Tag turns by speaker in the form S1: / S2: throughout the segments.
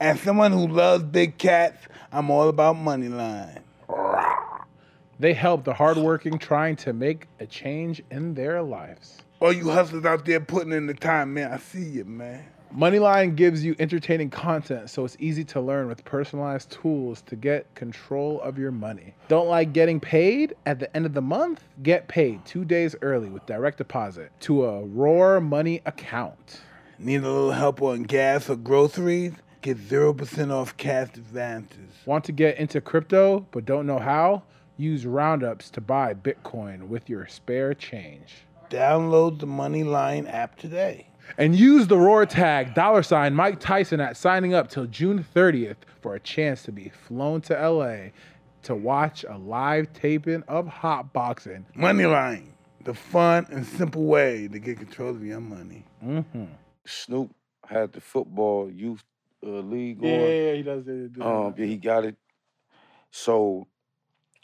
S1: As someone who loves big cats, I'm all about money line.
S2: They help the hardworking trying to make a change in their lives.
S1: All you hustlers out there putting in the time, man. I see you, man.
S2: Moneyline gives you entertaining content, so it's easy to learn with personalized tools to get control of your money. Don't like getting paid at the end of the month? Get paid two days early with direct deposit to a Roar Money account.
S1: Need a little help on gas or groceries? Get 0% off cash advances.
S2: Want to get into crypto but don't know how? Use roundups to buy Bitcoin with your spare change.
S1: Download the Moneyline app today.
S2: And use the roar tag dollar sign Mike Tyson at signing up till June 30th for a chance to be flown to LA to watch a live taping of hot boxing.
S1: Moneyline, the fun and simple way to get control of your money.
S2: Mm-hmm.
S3: Snoop had the football youth uh, league going.
S2: he does it.
S3: Um, yeah, he got it. So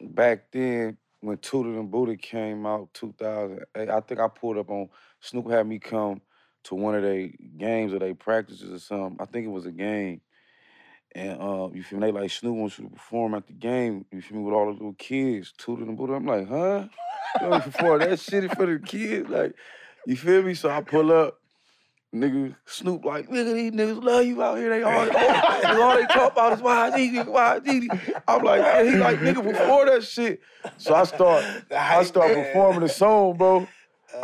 S3: back then, when Tooted and Booty came out, 2008, I think I pulled up on Snoop had me come to one of their games or they practices or something. I think it was a game. And uh, you feel me? They like Snoop wants you to perform at the game. You feel me? With all the little kids, Tooted and Booty. I'm like, huh? You want me to perform that shit for the kids? Like, you feel me? So I pull up. Nigga, Snoop like, nigga, these niggas love you out here. They all, all, all they talk about is why YG. I'm like, man, he like, nigga, before that shit. So I start, I start performing the song, bro.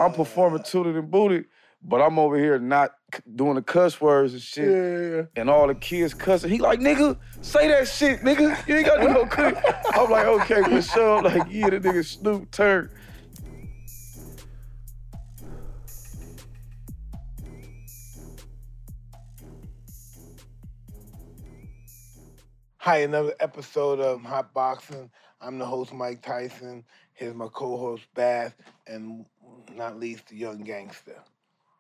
S3: I'm performing Tooted and Booted, but I'm over here not c- doing the cuss words and shit. And all the kids cussing. He like, nigga, say that shit, nigga. You ain't got to do no click. I'm like, okay, for sure. I'm like, yeah, the nigga Snoop turned.
S1: Hi, another episode of Hot Boxing. I'm the host, Mike Tyson. Here's my co-host, Bass, and not least, the young gangster.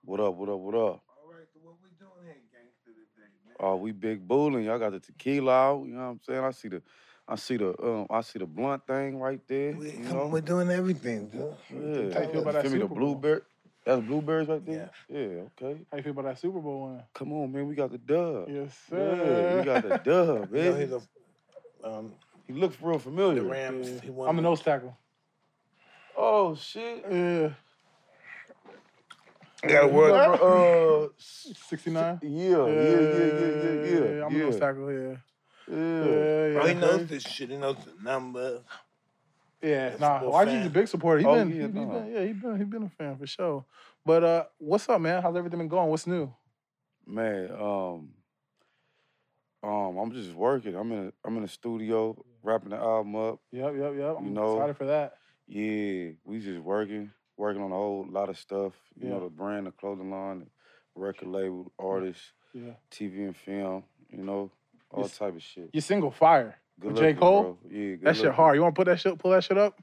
S3: What up, what up, what up?
S1: All right, so what we doing here, gangster, today, man?
S3: Oh, we big booling. Y'all got the tequila out. You know what I'm saying? I see the, I see the, um, I see the blunt thing right there.
S1: We,
S3: you know?
S1: are doing everything, dude.
S3: yeah.
S2: How you feel about that
S3: Give me the
S2: Super Bowl?
S3: blueberry. That's blueberries right there. Yeah. Okay.
S2: How you feel about that Super Bowl win?
S3: Come on, man. We got the dub.
S2: Yes,
S3: Yeah,
S2: sir.
S3: we got the dub,
S1: You know, he's
S3: man.
S1: a, um,
S3: He looks real familiar.
S1: the Rams. He won
S2: I'm the nose tackle.
S3: Oh shit.
S2: Yeah.
S1: He got a world.
S3: Remember, uh, s-
S2: 69?
S3: yeah, yeah, yeah, yeah, yeah, yeah.
S2: I'm
S3: yeah,
S2: a nose tackle, yeah.
S3: Yeah.
S2: Yeah, yeah.
S3: Uh,
S1: Bro, he knows this shit. He knows the number.
S2: Yeah,
S1: That's
S2: nah,
S1: a
S2: YG's a
S1: fan.
S2: big supporter. He's
S3: Oh,
S2: been,
S3: yeah,
S2: he, he
S3: nah.
S2: been, yeah, he been, he been a fan for sure. But uh, what's up, man? How's everything been going? What's new?
S3: Man, um, um, I'm just working. I'm in a, I'm in the studio wrapping the album up.
S2: Yep, yep, yep. I'm
S3: You know,
S2: excited for that.
S3: Yeah, we just working, working on a whole lot of stuff. You
S2: Yeah.
S3: know, the brand, the clothing line, the record label, artists,
S2: Yeah.
S3: TV and film. You know, all
S2: Yes.
S3: type of shit.
S2: Your single fire.
S3: Good
S2: J. Cole?
S3: bro. Yeah, good
S2: That shit
S3: looking.
S2: hard. You want to put that shit, pull that shit up?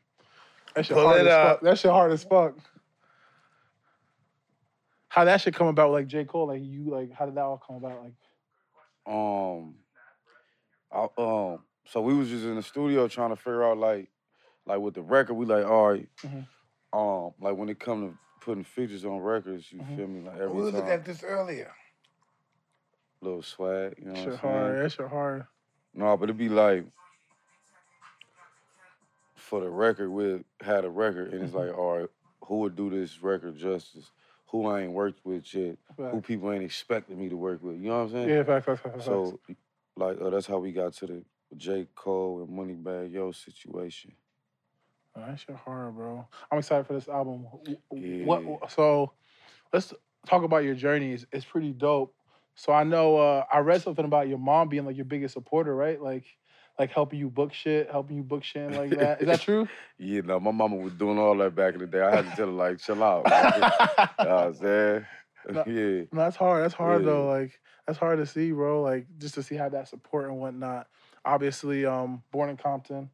S2: That shit
S1: Pull
S2: hard
S1: it
S2: as
S1: up.
S2: fuck. That shit hard as fuck. How that shit come about? Like J Cole, like you, like how did that all come about? Like
S3: Um, I, um, so we was just in the studio trying to figure out like, like with the record, we like, all right,
S2: Mhm.
S3: um, like when it come to putting features on records, you
S2: Mhm.
S3: feel me? Like
S1: We
S3: every
S1: was
S3: time,
S1: looking at this earlier.
S3: little swag, you know
S2: shit
S3: what I'm saying?
S2: hard. That shit hard.
S3: No, but it'd be like for the record, we had a record, and it's
S2: Mm-hmm.
S3: like, all right, who would do this record justice? Who I ain't worked with yet?
S2: But-
S3: Who people ain't expecting me to work with? You know what I'm saying?
S2: yeah, facts, facts, facts, facts.
S3: So, like, uh, that's how we got to the J. Cole and Moneybag Yo situation.
S2: Oh, that shit hard, bro. I'm excited for this album. W- w-
S3: Yeah.
S2: What? So, let's talk about your journey. It's, it's pretty dope. So I know uh, I read something about your mom being like your biggest supporter, right? Like, like helping you book shit, helping you book shit and like that. Is that true?
S3: Yeah, no, my mama was doing all that back in the day. I had to tell her, like, chill out. Like, you know what I'm saying?
S2: No.
S3: yeah.
S2: No, that's hard. That's hard though.
S3: Yeah.
S2: Like that's hard to see, bro. Like just to see how that support and whatnot. Obviously, um, born in Compton,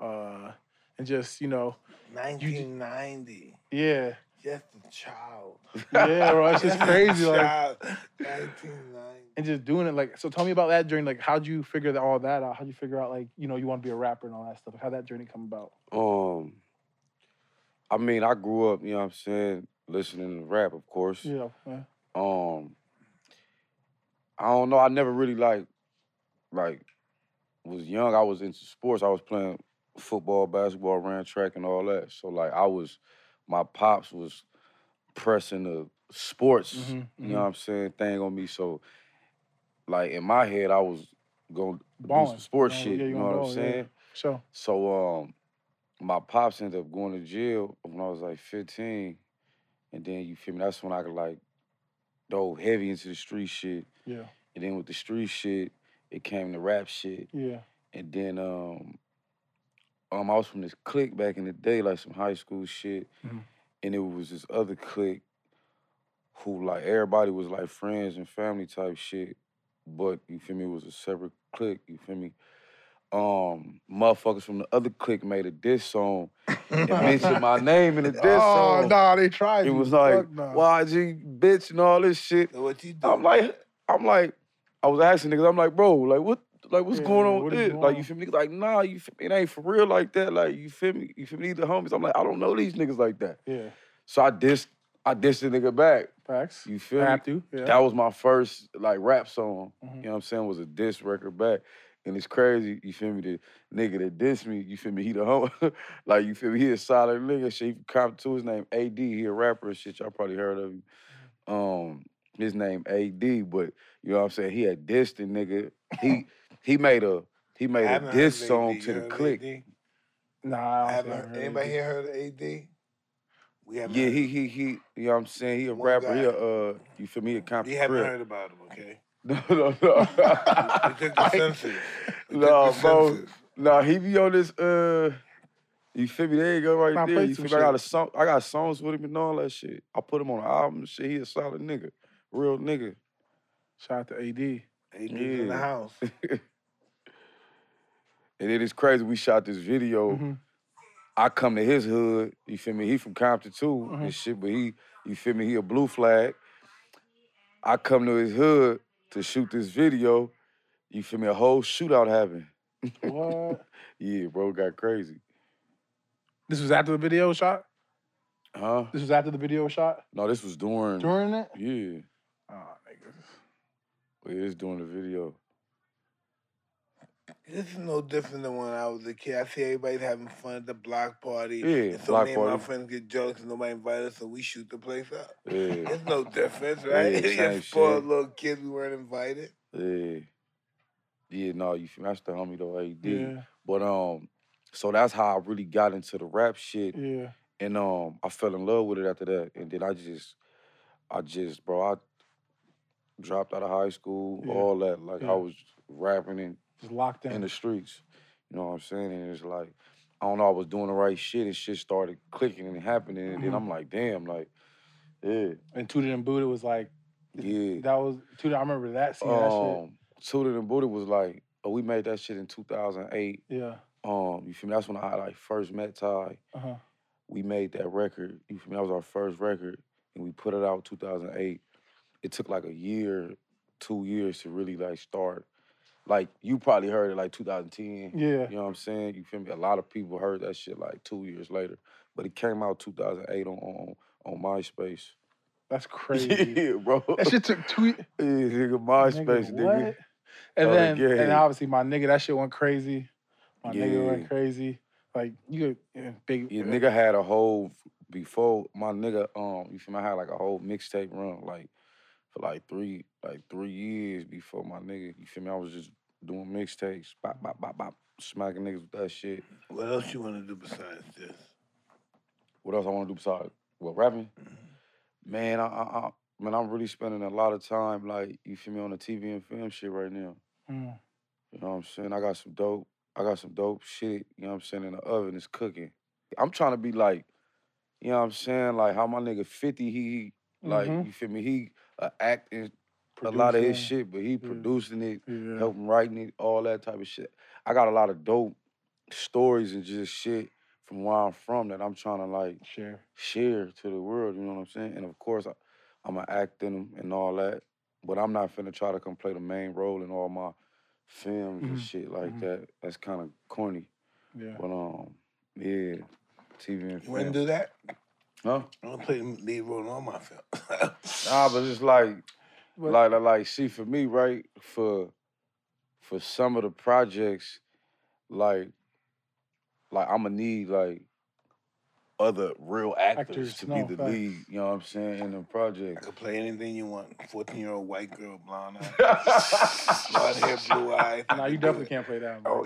S2: uh, and just you know,
S1: 1990.
S2: yeah,
S1: Just a child.
S2: yeah, bro. It's just
S1: Just a
S2: crazy, like,
S1: child. 1990.
S2: and just doing it. Like, so tell me about that journey. Like, how'd you figure that all that out? How'd you figure out like you know you want to be a rapper and all that stuff? How that journey come about?
S3: Um, I mean, I grew up, you know what I'm saying, listening to rap, of course.
S2: Yeah, yeah.
S3: Um, I don't know. I never really like like was young, I was into sports. I was playing football, basketball, ran track, and all that. So like I was, my pops was pressing the sports.
S2: Mhm,
S3: You know what I'm saying? Thing on me. So like in my head, I was gonna do
S2: Ballin',
S3: some sports
S2: yeah,
S3: shit.
S2: yeah, you
S3: you know
S2: gonna
S3: what I'm
S2: ball, yeah.
S3: saying?
S2: So
S3: So um, my pops ended up going to jail when I was like 15, and then you feel me? That's when I could like dove heavy into the street shit,
S2: yeah,
S3: and then with the street shit, it came to rap shit,
S2: yeah,
S3: and then um, um, I was from this clique back in the day, like some high school shit,
S2: Mhm.
S3: and it was this other clique who like everybody was like friends and family type shit, but you feel me? It was a separate clique, you feel me? Um, motherfuckers from the other clique made a diss song and mentioned my name in the diss
S2: Oh
S3: song.
S2: nah, they tried.
S3: It
S2: you.
S3: was like
S2: Fuck nah.
S3: YG bitch and all this shit.
S1: So what you do?
S3: I'm like, I'm like, I was asking niggas, I'm like, bro, like what like what's
S2: Yeah,
S3: going
S2: yeah,
S3: on
S2: what
S3: with
S2: is
S3: this?
S2: going
S3: Like
S2: on?
S3: you feel me? Niggas Like, nah, you feel me? It ain't for real like that. Like, you feel me? You feel me? The homies. I'm like, I don't know these niggas like that.
S2: yeah,
S3: So I dissed, I dissed the nigga back.
S2: facts.
S3: You feel me?
S2: have to. Yeah.
S3: That was my first like rap song.
S2: Mhm.
S1: Mm-hmm.
S3: You know what I'm saying? Was a diss record back. And it's crazy, you feel me? The nigga that dissed me, you feel me? He the home, like you feel me? He a solid nigga. Shit, he from Compton. His name AD. He a rapper and shit. Y'all probably heard of him.
S1: Mm-hmm.
S3: Um, his name AD. But you know what I'm saying? He had dissed the nigga. He he made a he
S1: I
S3: made a
S1: haven't heard
S3: diss
S1: of AD.
S3: song
S1: You
S3: to the
S1: heard of
S3: clique.
S1: AD?
S2: nah,
S1: I
S2: I
S1: haven't.
S2: haven't.
S1: Heard,
S2: heard
S1: anybody
S2: it.
S1: here heard of AD? We haven't.
S3: Yeah,
S1: heard
S3: he
S1: of-
S3: he he. You know what I'm saying? He a
S1: One
S3: rapper. He
S1: guy.
S3: a uh, you feel me? A Compton.
S1: We haven't
S3: crip.
S1: heard about him. Okay.
S3: No, no,
S1: We
S3: no.
S1: took the census. We
S3: Nah,
S1: took the
S3: bro.
S1: census.
S3: Nah, he be on this. Uh, you feel me? There you go, right
S2: Nah,
S3: there.
S2: play
S3: You
S2: some
S3: feel me? I got
S2: shit.
S3: a song. I got songs with him and all that shit. I put him on an album. and Shit, he a solid nigga, real nigga.
S2: Shout out to AD.
S1: AD's in the
S3: Yeah.
S1: house.
S3: And it is crazy. We shot this video.
S2: Mhm.
S3: I come to his hood. You feel me? He from Compton too
S2: Mhm.
S3: and shit. But he, you feel me? He a blue flag. I come to his hood to shoot this video. You feel me? A whole shootout happened.
S2: What?
S3: Yeah, bro, it got crazy.
S2: This was after the video was shot.
S3: Huh?
S2: This was after the video was shot.
S3: No, this was during.
S2: During it.
S3: Yeah,
S2: Oh, niggas.
S3: it is during the video.
S1: This is no different than when I was a kid. I see everybody's having fun at the block party.
S3: Yeah,
S1: and so
S3: block
S1: many of
S3: party.
S1: my friends get drunk and nobody invited us, so we shoot the place up.
S3: Yeah,
S1: It's no difference, right?
S3: Yeah,
S1: We
S3: same
S1: just spoiled
S3: shit.
S1: little kids we weren't invited.
S3: yeah, yeah. No, you feel me? That's the homie though, AD.
S2: Yeah,
S3: But um, so that's how I really got into the rap shit,
S2: yeah.
S3: and um, I fell in love with it after that, and then I just, I just, bro, I dropped out of high school,
S2: Yeah.
S3: all that. Like
S2: Yeah.
S3: I was rapping and
S2: Just locked
S3: in
S2: down.
S3: the streets. You know what I'm saying? And it's like, I don't know, I was doing the right shit and shit started clicking and happening. And then
S2: Mhm.
S3: I'm like, damn, like, yeah,
S2: and Tooted and Buddha was like
S3: yeah.
S2: that was Tooted. I remember that scene.
S3: um, Tooted and Booty was like, oh, we made that shit in 2008.
S2: that shit. Yeah.
S3: Um, you feel me? That's when I like first met Ty.
S2: Uh huh.
S3: We made that record. You feel me? That was our first record, and we put it out 2008. It took like a year, two years to really like start. Like you probably heard it like 2010.
S2: Yeah.
S3: You know what I'm saying? You feel me? A lot of people heard that shit like two years later, but it came out 2008 on on, on MySpace.
S2: That's crazy.
S3: Yeah, bro.
S2: that shit took two. ye-
S3: yeah, nigga, MySpace,
S2: nigga,
S3: nigga.
S2: what? And
S3: Oh,
S2: then
S3: yeah.
S2: and obviously my nigga, that shit went crazy. My nigga
S3: Yeah.
S2: went crazy. Like you, yeah, big
S3: Yeah, nigga had a whole before my nigga. Um, you feel me? I had like a whole mixtape run like for like three like three years before my nigga. You feel me? I was just doing mixtapes, bop bop bop bop, smacking niggas with that shit.
S1: What else you want to do besides this?
S3: What else I want to do besides what rapping? Man, I, I, I man, I'm really spending a lot of time like you feel me on the TV and film shit right now.
S4: uh,
S2: Mm,
S4: mm-hmm.
S3: You know what I'm saying? I got some dope. I got some dope shit. You know what I'm saying? In the oven, it's cooking. I'm trying to be like, you know what I'm saying? Like how my nigga 50, he, he like
S2: Mhm.
S3: you feel me? He uh, acting a lot of his
S2: producing.
S3: shit, but he producing it,
S2: Yeah.
S3: helping writing it, all that type of shit. I got a lot of dope stories and just shit from where I'm from that I'm trying to like
S2: Sure.
S3: share to the world. You know what I'm saying? And of course, I, I'm an actor and, and all that, but I'm not finna try to come play the main role in all my films and
S2: Mhm.
S3: shit like
S2: Mhm.
S3: that. That's kind of corny.
S2: Yeah.
S3: But um, yeah, TV
S1: You want
S3: and
S1: to
S3: film.
S1: do that?
S3: huh?
S1: I'm going to play the lead role in all my films.
S3: Nah, but it's like,
S2: But-
S3: like, like, like, see, for me, right, for. for for some of the projects, like, like I'ma need like other real actors,
S4: Actors,
S3: to
S4: no,
S3: be the
S4: facts.
S3: lead. You know what I'm saying in the
S1: I
S3: project.
S1: could play anything you want. Fourteen year old white girl, blonde eyes, blonde hair, blue eyes. I
S4: Nah,
S1: could
S4: you
S1: do
S4: definitely
S1: it.
S4: can't play that.
S1: Oh,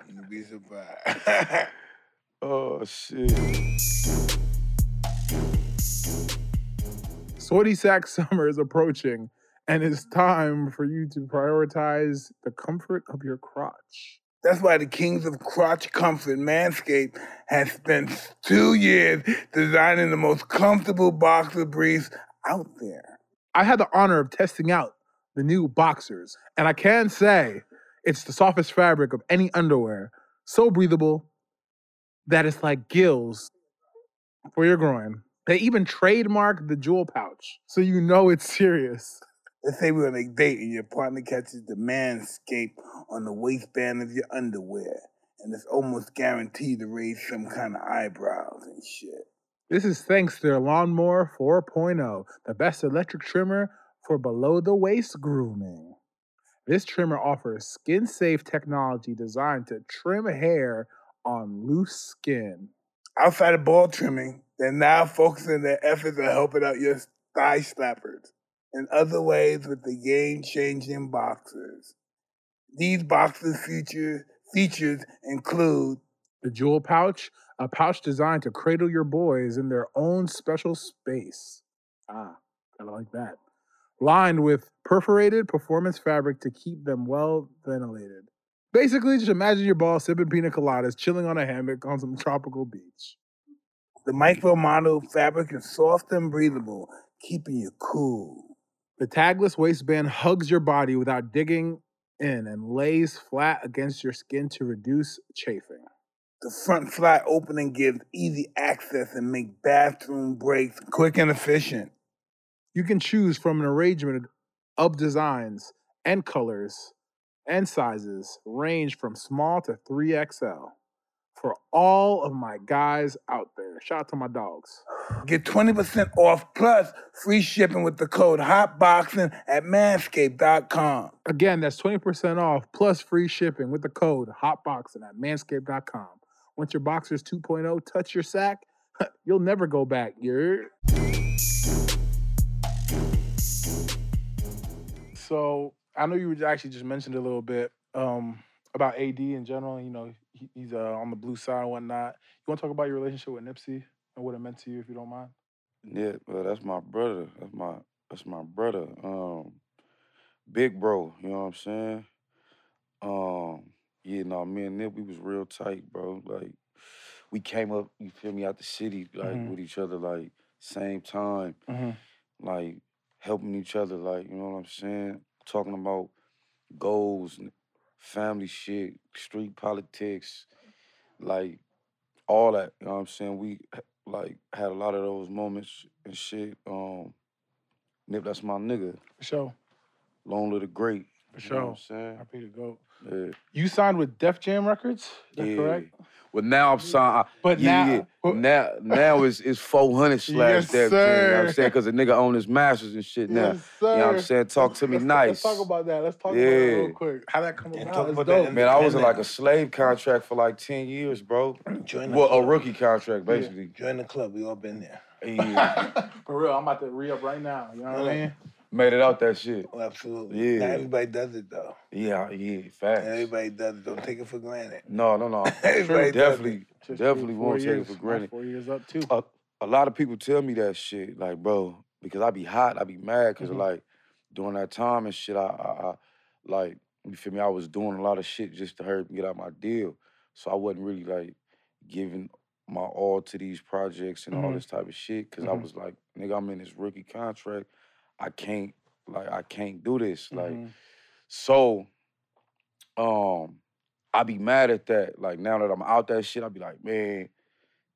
S4: One.
S1: you- You'd be surprised.
S3: oh shit.
S4: Sweaty sack summer is approaching, and it's time for you to prioritize the comfort of your crotch.
S1: That's why the kings of crotch comfort, Manscaped, has spent two years designing the most comfortable boxer briefs out there.
S4: I had the honor of testing out the new boxers, and I can say it's the softest fabric of any underwear, so breathable that it's like gills for your groin. They even trademark the jewel pouch, so you know it's serious.
S1: Let's say we're on a date and your partner catches the Manscaped on the waistband of your underwear, and it's almost guaranteed to raise some kind of eyebrows and shit.
S4: This is thanks to their Lawnmower 4.0, the best electric trimmer for below the waist grooming. This trimmer offers skin safe technology designed to trim hair on loose skin.
S1: Outside of ball trimming, they're now focusing their efforts on helping out your thigh slappers in other ways with the game changing boxers. These boxers' feature, features include
S4: The Jewel Pouch, a pouch designed to cradle your boys in their own special space. Ah, I like that. Lined with perforated performance fabric to keep them well ventilated. Basically, just imagine your ball sipping pina coladas, chilling on a hammock on some tropical beach.
S1: the micro model fabric is soft and breathable, keeping you cool.
S4: The tagless waistband hugs your body without digging in and lays flat against your skin to reduce chafing.
S1: The front fly opening gives easy access and make bathroom breaks quick and efficient.
S4: You can choose from an arrangement of designs and colors and sizes, range from small to 3XL, for all of my guys out there. Shout out to my dogs.
S1: Get 20% off plus free shipping with the code HOTBOXING at manscaped.com.
S4: Again, that's 20% off plus free shipping with the code HOTBOXING at manscaped.com. Once your boxers 2.0 oh, touch your sack, you'll never go back. You're. So I know you were actually just mentioned a little bit um, about AD in general. You know, he, he's uh, on the blue side and whatnot. You want to talk about your relationship with Nipsey and what it meant to you, if you don't mind?
S3: Yeah, well, that's my brother. That's my that's my brother. Um, big bro. You know what I'm saying? Um, yeah, no, me and Nip, we was real tight, bro. Like, we came up. You feel me? Out the city, like
S4: Mhm.
S3: with each other, like same time, like helping each other, like you know what I'm saying? Talking about goals, and family shit, street politics, like all that. You know what I'm saying? We h- like had a lot of those moments and shit. Um, Nip, that's my nigga.
S4: For sure.
S3: Long live the great.
S4: For
S3: You know
S4: sure.
S3: what I'm
S4: Happy to go.
S3: saying?
S4: You signed with Def Jam Records, is
S3: Yeah.
S4: that
S3: yeah.
S4: correct?
S3: Well, now I'm signing.
S4: But
S3: yeah,
S4: now,
S3: yeah.
S4: but-
S3: now, now it's it's 400 slash
S4: Yes,
S3: that. You know what
S4: sir.
S3: I'm saying? Because the nigga own his masters and shit now.
S4: Yes,
S3: You know what I'm
S4: sir.
S3: saying? Talk to me
S4: Let's-
S3: nice.
S4: Let's talk about that. Let's talk about that real
S3: Yeah.
S4: quick. How that come
S1: Yeah,
S4: about?
S1: talk
S4: It's
S1: about
S4: dope.
S1: that.
S3: Man, I was in like a slave contract for like 10 years, bro.
S1: Join the,
S3: Well, oh, a rookie contract, basically.
S1: join the club. We all been there.
S3: Yeah.
S4: For real, I'm about to re up right now. You know what I mean?
S3: Made it out that shit.
S1: Oh, absolutely. Not
S3: Yeah.
S1: everybody does it though.
S3: Yeah, yeah, facts.
S1: Not everybody does it. Don't take it for granted.
S3: No, no, no.
S1: Everybody does it.
S3: definitely,
S4: Just
S3: definitely
S4: four
S3: won't take it
S4: years.
S3: for
S4: My
S3: granted. Oh,
S4: Four years up too.
S3: A, a lot of people tell me that shit, like, bro, because I be hot, I be mad, because
S4: Mhm.
S3: like during that time and shit, I, I, I, like, you feel me? I was doing a lot of shit just to hurt me get out my deal, so I wasn't really like giving my all to these projects and all
S4: Mhm.
S3: this type of shit, because
S4: Mhm.
S3: I was like, nigga, I'm in this rookie contract, I can't, like, I can't do this, like.
S2: Mm-hmm.
S4: Mhm.
S3: So, um, I be mad at that. Like now that I'm out that shit, I be like, man,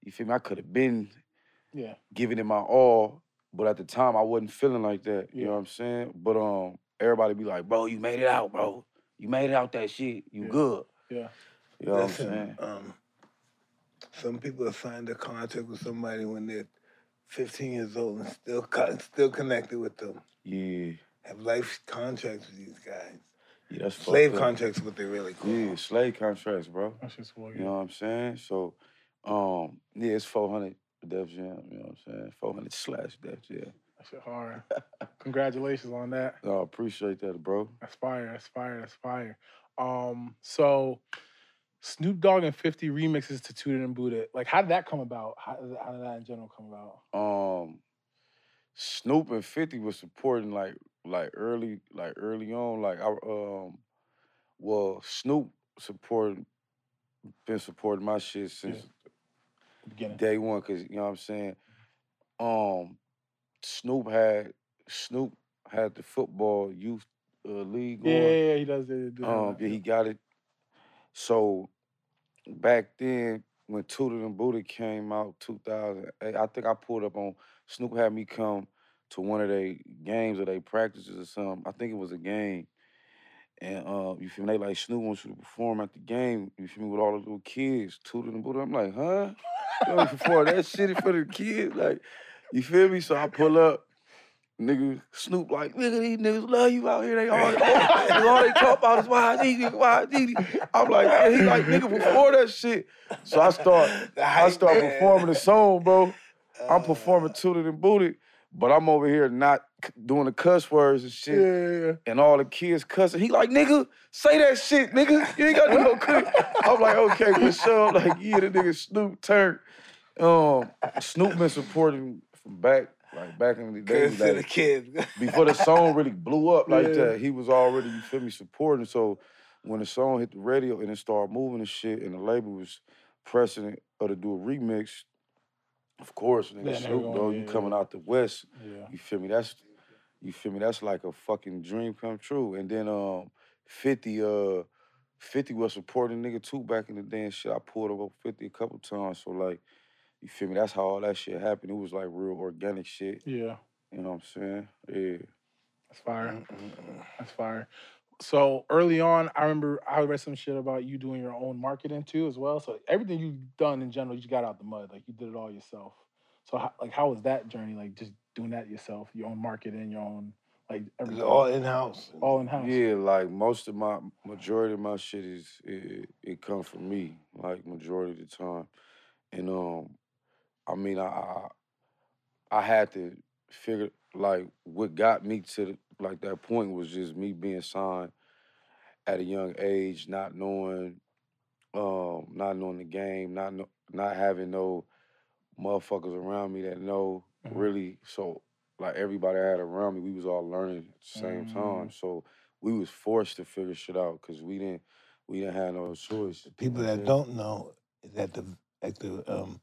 S3: you feel me? I could have been
S4: yeah,
S3: giving it my all, but at the time I wasn't feeling like that. You know
S4: Yeah.
S3: what I'm saying? But um, everybody be like, bro, you made it out, bro. You made it out that shit. You
S4: Yeah.
S3: good.
S4: yeah.
S3: You know what I'm
S1: Listen,
S3: saying?
S1: um, some people have signed a contract with somebody when they're 15 years old and still co- still connected with them.
S3: Yeah.
S1: Have life contracts with these guys.
S3: Yeah, that's fucked
S1: Slave
S3: up.
S1: contracts, what they really call.
S3: Yeah, slave contracts, bro.
S2: That's just weird.
S3: You know what I'm saying? So, um, yeah, it's 400 Def Jam. You know what I'm saying? 400 slash Def Jam.
S2: That shit hard. Congratulations on that.
S3: I appreciate that, bro.
S2: That's fire. That's fire. That's fire. Um, so Snoop Dogg and 50 remixes to Tootin' and Buddha. Like, how did that come about? How did, how did that in general come about?
S3: um Snoop and 50 was supporting like like early like early on like I um well Snoop supported been supporting my shit since
S2: The beginning.
S3: day one cuz you know what I'm saying um Snoop had Snoop had the football youth uh, league
S2: Yeah,
S3: on
S2: yeah, yeah, he does. yeah, yeah, yeah,
S3: um, yeah, he got it. So back then, when Tooted and Booty came out, 2008, I think I pulled up on Snoop had me come to one of their games or their practices or something. I think it was a game. And uh, you feel me? They like Snoop wants you to perform at the game. You feel me? With all the little kids, Tooted and Booty. I'm like, huh? You want me to perform that shit in front of the kids? Like, you feel me? So I pull up. Nigga, Snoop like, nigga, these niggas love you out here. They all, they all they talk about is why nigga, why nigga. I'm like, man, he like nigga before that shit. So I start,
S1: The
S3: I
S1: hype
S3: start
S1: man.
S3: performing the song, bro. I'm
S1: Uh,
S3: performing Tooted and Booted, but I'm over here not c- doing the cuss words and
S2: yeah,
S3: shit.
S2: yeah, yeah.
S3: And all the kids cussing. He like, nigga, say that shit, nigga. You ain't got to do no cuss. I'm like, okay, for sure. I'm like, yeah, the nigga Snoop turned. Um, Snoop been supporting from back, like back in the day.
S1: Curse to
S3: like,
S1: the kids.
S3: before the song really blew up like
S2: Yeah.
S3: that, he was already, you feel me, supporting. So when the song hit the radio and it started moving and shit, and the label was pressing it or to do a remix, of course,
S2: Yeah,
S3: nigga,
S2: nigga,
S3: Snoop
S2: going,
S3: Dogg,
S2: yeah,
S3: you
S2: yeah.
S3: coming out the West,
S2: yeah.
S3: you feel me? That's you feel me? That's like a fucking dream come true. And then um 50, uh 50 was supporting nigga too back in the day and shit. I pulled up on 50 a couple times. So like, you feel me? That's how all that shit happened. It was like real organic shit.
S2: Yeah,
S3: You know what I'm saying? Yeah.
S2: that's fire. That's fire. So early on, I remember I read some shit about you doing your own marketing too, as well. So everything you've done in general, you got out the mud. Like you did it all yourself. So how, like, how was that journey? Like just doing that yourself, your own marketing, your own like
S1: It's
S2: everything,
S1: all in house.
S2: all in house.
S3: Yeah, like most of my majority of my shit is it, it, it come from me, like majority of the time, and um, I mean I I, I had to figure like what got me to the, like that point was just me being signed at a young age, not knowing, um, not knowing the game, not kno- not having no motherfuckers around me that know
S2: Mhm.
S3: really. So like everybody I had around me, we was all learning at the same time. So we was forced to figure shit out because we didn't we didn't have no choice.
S1: People that
S3: Yeah.
S1: don't know is at the at the um,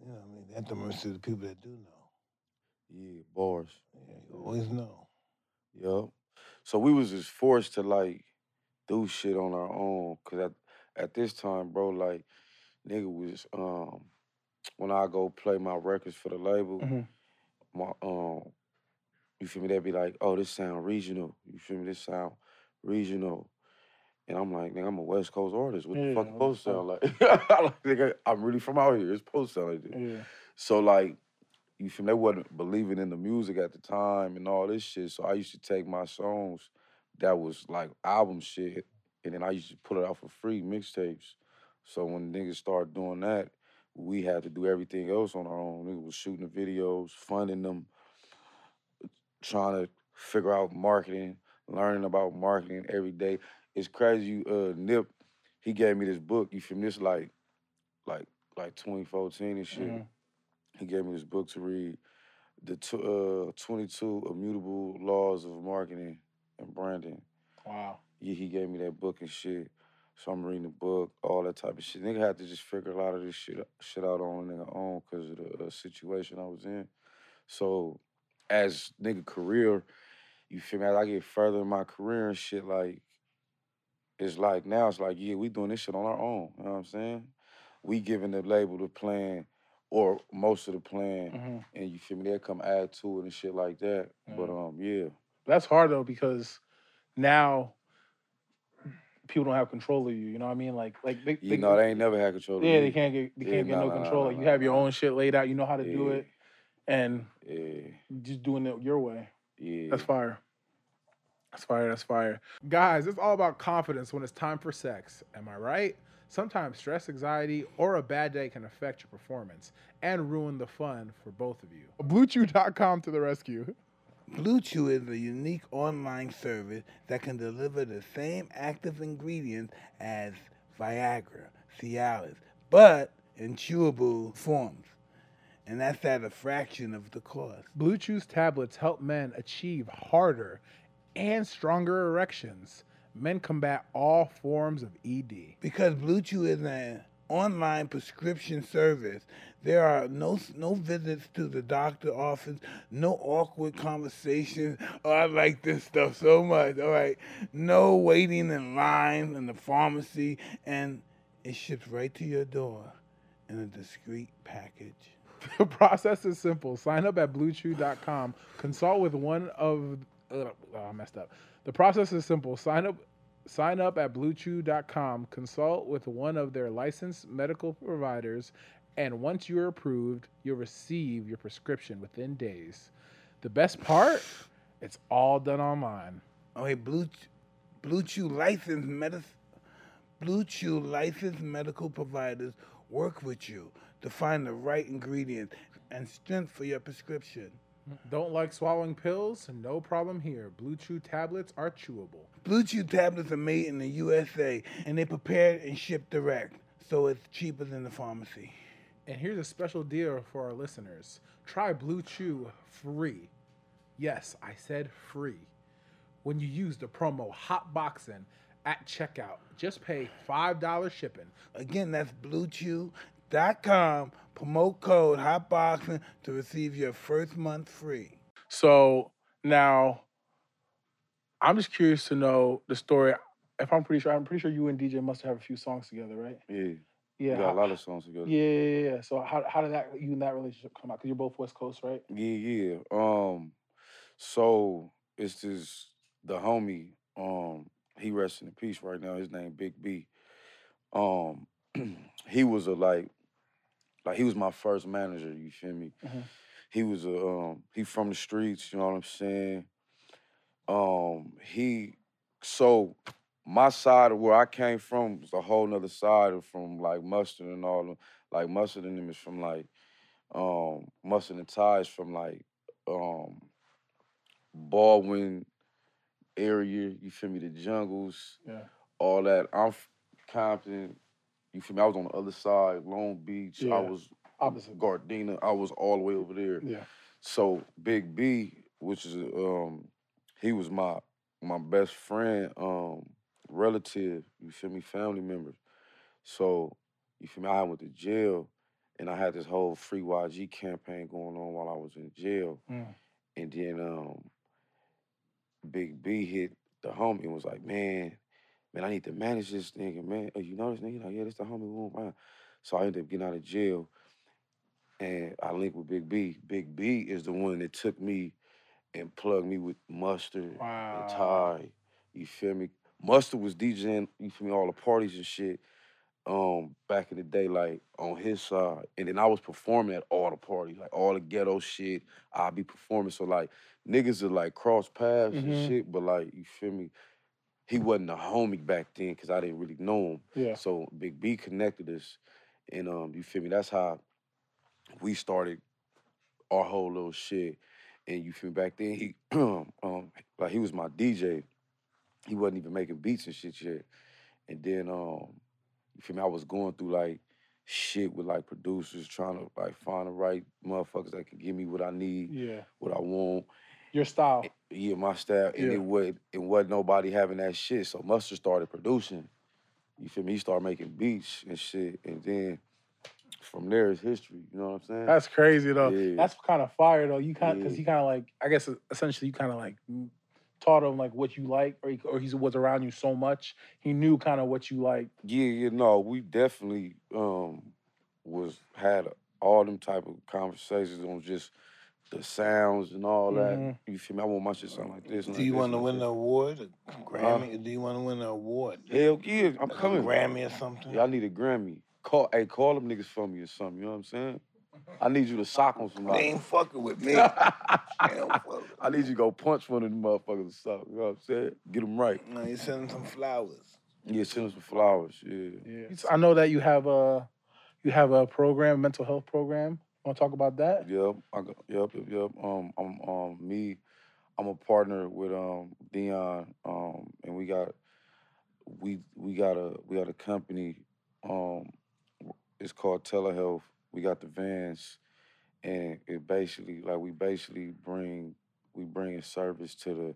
S1: you know, what I mean, at the mercy of the people that do know.
S3: Yeah, bars.
S1: Yeah, you always know.
S3: Yup. So we was just forced to like do shit on our own. Cause at at this time, bro, like nigga was um when I go play my records for the label,
S2: Mhm.
S3: my um you feel me, they'd be like, oh, this sound regional. You feel me, this sound regional. And I'm like, nigga, I'm a West Coast artist. What
S2: Yeah,
S3: the fuck
S2: what
S3: it
S2: the
S3: supposed to
S2: fuck?
S3: sound like? Like, nigga, I'm really from out here. It's supposed to sound like this.
S2: Yeah.
S3: So like, you feel me? They wasn't believing in the music at the time and all this shit. So I used to take my songs that was like album shit, and then I used to put it out for free mixtapes. So when niggas started doing that, we had to do everything else on our own. Niggas was shooting the videos, funding them, trying to figure out marketing, learning about marketing every day. It's crazy. You uh, Nip, he gave me this book. You feel me? This like, like, like 2014 and shit
S2: Mhm.
S3: he gave me this book to read the tw- uh, 22 immutable laws of marketing and branding
S2: Wow.
S3: yeah he gave me that book and shit so i'm reading the book all that type of shit nigga had to just figure a lot of this shit, shit out on nigga own because of the uh, situation i was in so as nigga career you feel me as i get further in my career and shit like it's like now it's like yeah we doing this shit on our own you know what i'm saying we giving the label the plan or most of the plan
S2: Mhm.
S3: and you feel me? They'll come add to it and shit like that. But
S2: Yeah.
S3: um, yeah,
S2: That's hard though because now people don't have control of you. You know what I mean? Like like they,
S3: you
S2: they-
S3: know they ain't never had control. of
S2: yeah they
S3: me.
S2: can't get they
S3: Yeah,
S2: can't get
S3: nah,
S2: no
S3: nah, nah,
S2: control.
S3: nah,
S2: like you
S3: nah,
S2: have your
S3: nah.
S2: own shit laid out. You know how to do
S3: Yeah.
S2: it, and
S3: Yeah,
S2: just doing it your way.
S3: yeah.
S2: That's fire. That's fire. That's fire. Guys, it's all about confidence when it's time for sex. Am I right? Sometimes stress, anxiety, or a bad day can affect your performance and ruin the fun for both of you. BlueChew.com to the rescue.
S1: Blue Chew is a unique online service that can deliver the same active ingredients as Viagra, Cialis, but in chewable forms. And that's at a fraction of the cost.
S2: Blue Chew's tablets help men achieve harder and stronger erections. Men combat all forms of E ED.
S1: Because Blue Chew is an online prescription service, there are no no visits to the doctor office, no awkward conversations. Oh, I like this stuff so much. All right, no waiting in line in the pharmacy, and it ships right to your door in a discreet package.
S2: The process is simple. Sign up at bluechew.com. Consult with one of ugh, oh, I messed up. The process is simple. Sign up sign up at bluechew.com. Consult with one of their licensed medical providers and once you're approved, you'll receive your prescription within days. The best part, it's all done online.
S1: Okay, Oh, Blue Ch- Blue Chew licensed medis Blue Chew licensed medical providers work with you to find the right ingredients and strength for your prescription.
S2: Don't like swallowing pills? No problem here. Blue Chew tablets are chewable.
S1: Blue Chew tablets are made in the USA and they prepared and shipped direct, so it's cheaper than the pharmacy.
S2: And here's a special deal for our listeners. Try Blue Chew free. Yes, I said free. When you use the promo HOTBOXIN at checkout, just pay $5 shipping.
S1: Again, that's bluechew.com. Promote code HotBoxing to receive your first month free.
S2: So now, I'm just curious to know the story. If I'm pretty sure, I'm pretty sure you and DJ must have a few songs together, right?
S3: Yeah, you
S2: Yeah.
S3: got a lot of songs together.
S2: yeah, yeah, yeah, yeah. So how, how did that you and that relationship come out? Because you're both West Coast, right?
S3: Yeah, yeah. Um, so it's this the homie. Um, he rests in peace right now. His name Big B. Um, he was a like, like he was my first manager. You feel me?
S2: Mhm.
S3: He was a um, he from the streets. You know what I'm saying? Um, he so my side of where I came from was a whole nother side of from like mustard and all them. Like mustard and them is from like um mustard and ties from like um Baldwin area, you feel me, the jungles,
S2: Yeah.
S3: all that. I'm f- Compton, you feel me? I was on the other side, Long Beach,
S2: Yeah.
S3: I was
S2: Opposite.
S3: Gardena, I was all the way over there.
S2: Yeah.
S3: So Big B, which is um, he was my my best friend, um, relative, you feel me, family member. So you feel me, I went to jail and I had this whole free YG campaign going on while I was in jail.
S2: Mm.
S3: And then um Big B hit the homie and was like, man, man, I need to manage this nigga, man. Oh, you know this nigga? He Like, yeah, this the homie. boom, boom." So I ended up getting out of jail and I linked with Big B. Big B is the one that took me and plugged me with Mustard and
S2: Wow.
S3: Ty. You feel me? Mustard was DJing, you feel me, all the parties and shit. Um, back in the day, like on his side, and then I was performing at all the parties, like all the ghetto shit. I'd be performing, so like niggas would like cross paths
S2: Mhm.
S3: and shit, but like you feel me, he wasn't a homie back then because I didn't really know him.
S2: Yeah.
S3: So Big B connected us, and um, you feel me? That's how we started our whole little shit. And you feel me? Back then, he um, like he was my DJ. He wasn't even making beats and shit yet. And then um, you feel me? I was going through like shit with like producers trying to like find the right motherfuckers that can give me what I need,
S2: Yeah.
S3: what I want.
S2: Your style.
S3: Yeah, my staff, and
S2: Yeah.
S3: it was it wasn't nobody having that shit. So Mustard started producing. You feel me? He started making beats and shit, and then from there is history. You know what I'm saying?
S2: That's crazy though.
S3: Yeah.
S2: That's kind of fire though. You kind because
S3: Yeah.
S2: he kind of like I guess essentially you kind of like m- taught him like what you like or he, or he was around you so much he knew kind of what you like.
S3: yeah, yeah. No, we definitely um was had all them type of conversations on just the sounds and all
S2: Mhm.
S3: that. You feel me? I want my shit sound like this.
S1: Do you want to win an
S3: the?
S1: award, a Grammy? do you want to win an award?
S3: Hell yeah, I'm
S1: Like a
S3: coming.
S1: Grammy or something?
S3: Y'all need a Grammy. Call, hey, call them niggas for me or something. You know what I'm saying? I need you to sock on
S1: They
S3: somebody.
S1: ain't fucking with me. They don't fuck with
S3: I need you to go punch one of them motherfuckers or something. You know what I'm saying? Get them right.
S1: me. No, you send them some flowers.
S3: Yeah, send them some flowers. Yeah.
S2: It's- I know that you have a you have a program, mental health program. Want to talk about that?
S3: Yep, I go, yep, yep, yep. Um, I'm um me, I'm a partner with um Dion, um, and we got we we got a we got a company, um, it's called Telehealth. We got the vans, and it basically like we basically bring we bring a service to the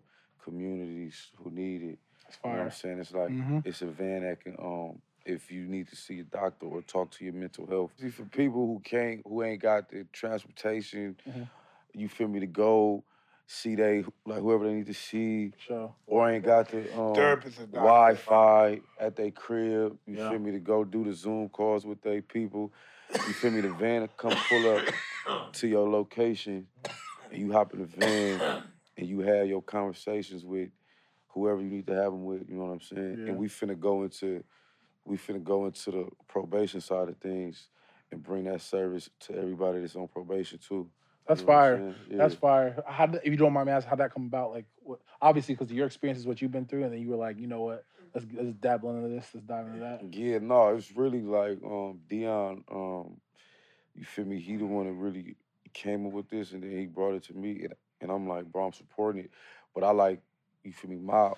S3: communities who need it.
S2: It's
S3: You know what I'm
S2: fire.
S3: saying? It's like
S2: Mm-hmm.
S3: it's a van that can um if you need to see a doctor or talk to your mental health. See, for people who can't who ain't got the transportation,
S2: Mhm.
S3: you feel me to go see they like whoever they need to see
S2: Sure.
S3: or ain't got the um,
S1: Therapist is doctor.
S3: Wi-Fi at their crib. You
S2: Yeah.
S3: feel me to go do the Zoom calls with they people. You feel me the van to come pull up to your location and you hop in the van and you have your conversations with whoever you need to have them with. You know what I'm saying?
S2: Yeah.
S3: And we finna go into we finna go into the probation side of things and bring that service to everybody that's on probation too.
S2: That's
S3: You know what I'm
S2: fire.
S3: saying? Yeah.
S2: That's fire. How did, if you don't mind me asking, how that come about? Like, what, obviously, because your experience is what you've been through, and then you were like, you know what? Let's let's dabble into this. Let's dive into that.
S3: Yeah, no, it's really like um Dion, um, you feel me, he the one that really came up with this and then he brought it to me and, and I'm like, bro, I'm supporting it. But I like, you feel me, my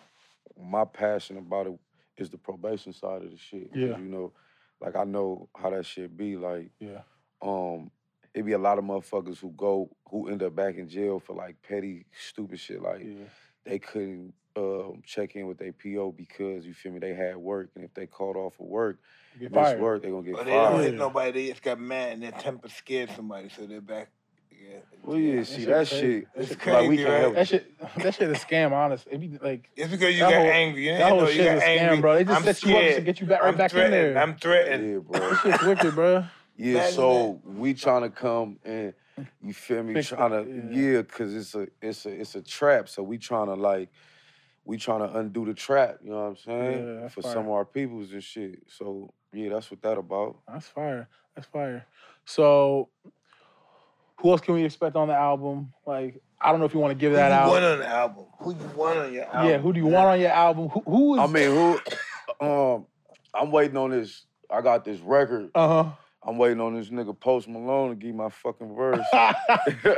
S3: my passion about it is the probation side of the shit. 'cause,
S2: Yeah.
S3: You know, like I know how that shit be. Like,
S2: Yeah.
S3: um, it be a lot of motherfuckers who go who end up back in jail for like petty, stupid shit. Like
S2: Yeah.
S3: they couldn't um, check in with their PO because you feel me, they had work, and if they called off of work,
S2: You get
S3: miss
S2: fired.
S3: work, they gonna get
S1: But they don't
S3: fired.
S1: hit
S2: Yeah.
S1: nobody. They just got mad and their temper scared somebody, so they're back. Yeah.
S3: Well, yeah,
S1: It's,
S3: see
S2: shit
S3: that
S2: crazy.
S3: shit.
S2: That shit
S3: Like we
S1: crazy,
S3: can
S1: right?
S3: help.
S2: That shit. That shit is a scam. Honest. If you like,
S1: because you
S2: That
S1: got
S2: whole-
S1: angry. You
S2: that
S1: didn't
S2: whole
S1: know you
S2: shit
S1: got
S2: is a
S1: angry.
S2: scam, bro. They just
S1: I'm
S2: set you up just to
S1: scared.
S2: get you back right
S1: I'm
S2: back in
S1: threatened.
S2: there.
S1: I'm threatened.
S3: Yeah, bro.
S2: That shit's wicked, bro.
S3: Yeah,
S1: Imagine
S3: so we trying to come and you feel me
S2: Fix
S3: trying
S2: it,
S3: to
S2: yeah.
S3: yeah, cause it's a it's a it's a trap. So we trying to like we trying to undo the trap. You know what I'm saying?
S2: Yeah, that's
S3: For
S2: fire.
S3: some of our peoples and shit. So yeah, that's what that about.
S2: That's fire. That's fire. So, who else can we expect on the album? Like, I don't know if you want to give
S1: Who
S2: that
S1: you
S2: out.
S1: want on the album? Who you want on your album?
S2: yeah, who do you want on your album? Who, who is?
S3: I mean, who? Um, I'm waiting on this. I got this record.
S2: uh
S3: I'm waiting on this nigga Post Malone to give my fucking verse.
S2: huh.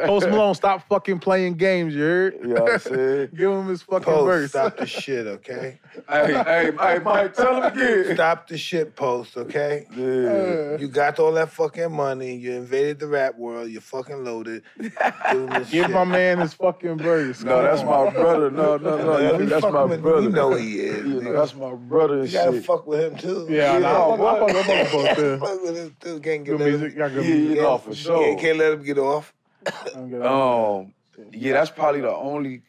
S2: Post Malone, stop fucking playing games. You heard?
S3: You know what I'm saying?
S2: Give him his fucking
S3: Oh,
S1: Post,
S2: verse.
S1: stop the shit, okay?
S3: hey, hey, hey, Mike, tell him again.
S1: Stop the shit, Post, okay?
S3: Yeah.
S1: You got all that fucking money. You invaded the rap world. You're fucking loaded. Doing this
S2: Give
S1: shit.
S2: my man his fucking verse.
S3: No, that's
S2: Come on.
S3: my brother. No,
S1: No,
S3: no, no.
S1: no, we
S3: that's
S1: fucking
S3: my
S1: with-
S3: brother.
S1: We know he is.
S3: Yeah,
S1: nigga.
S3: that's my brother and
S1: you gotta
S3: shit.
S1: fuck with him too.
S2: Yeah,
S3: Yeah,
S2: nah,
S3: nah,
S2: I fuck- I fuck- I fuck with
S1: Fuck
S2: both, yeah.
S1: with him too. Can't get
S2: Good
S1: let him-
S2: music. Y'all good
S3: Yeah,
S2: music.
S3: you know, for
S1: yeah,
S3: sure.
S1: can't let him get off.
S2: I'm good. I'm
S3: Um, yeah, that's probably the only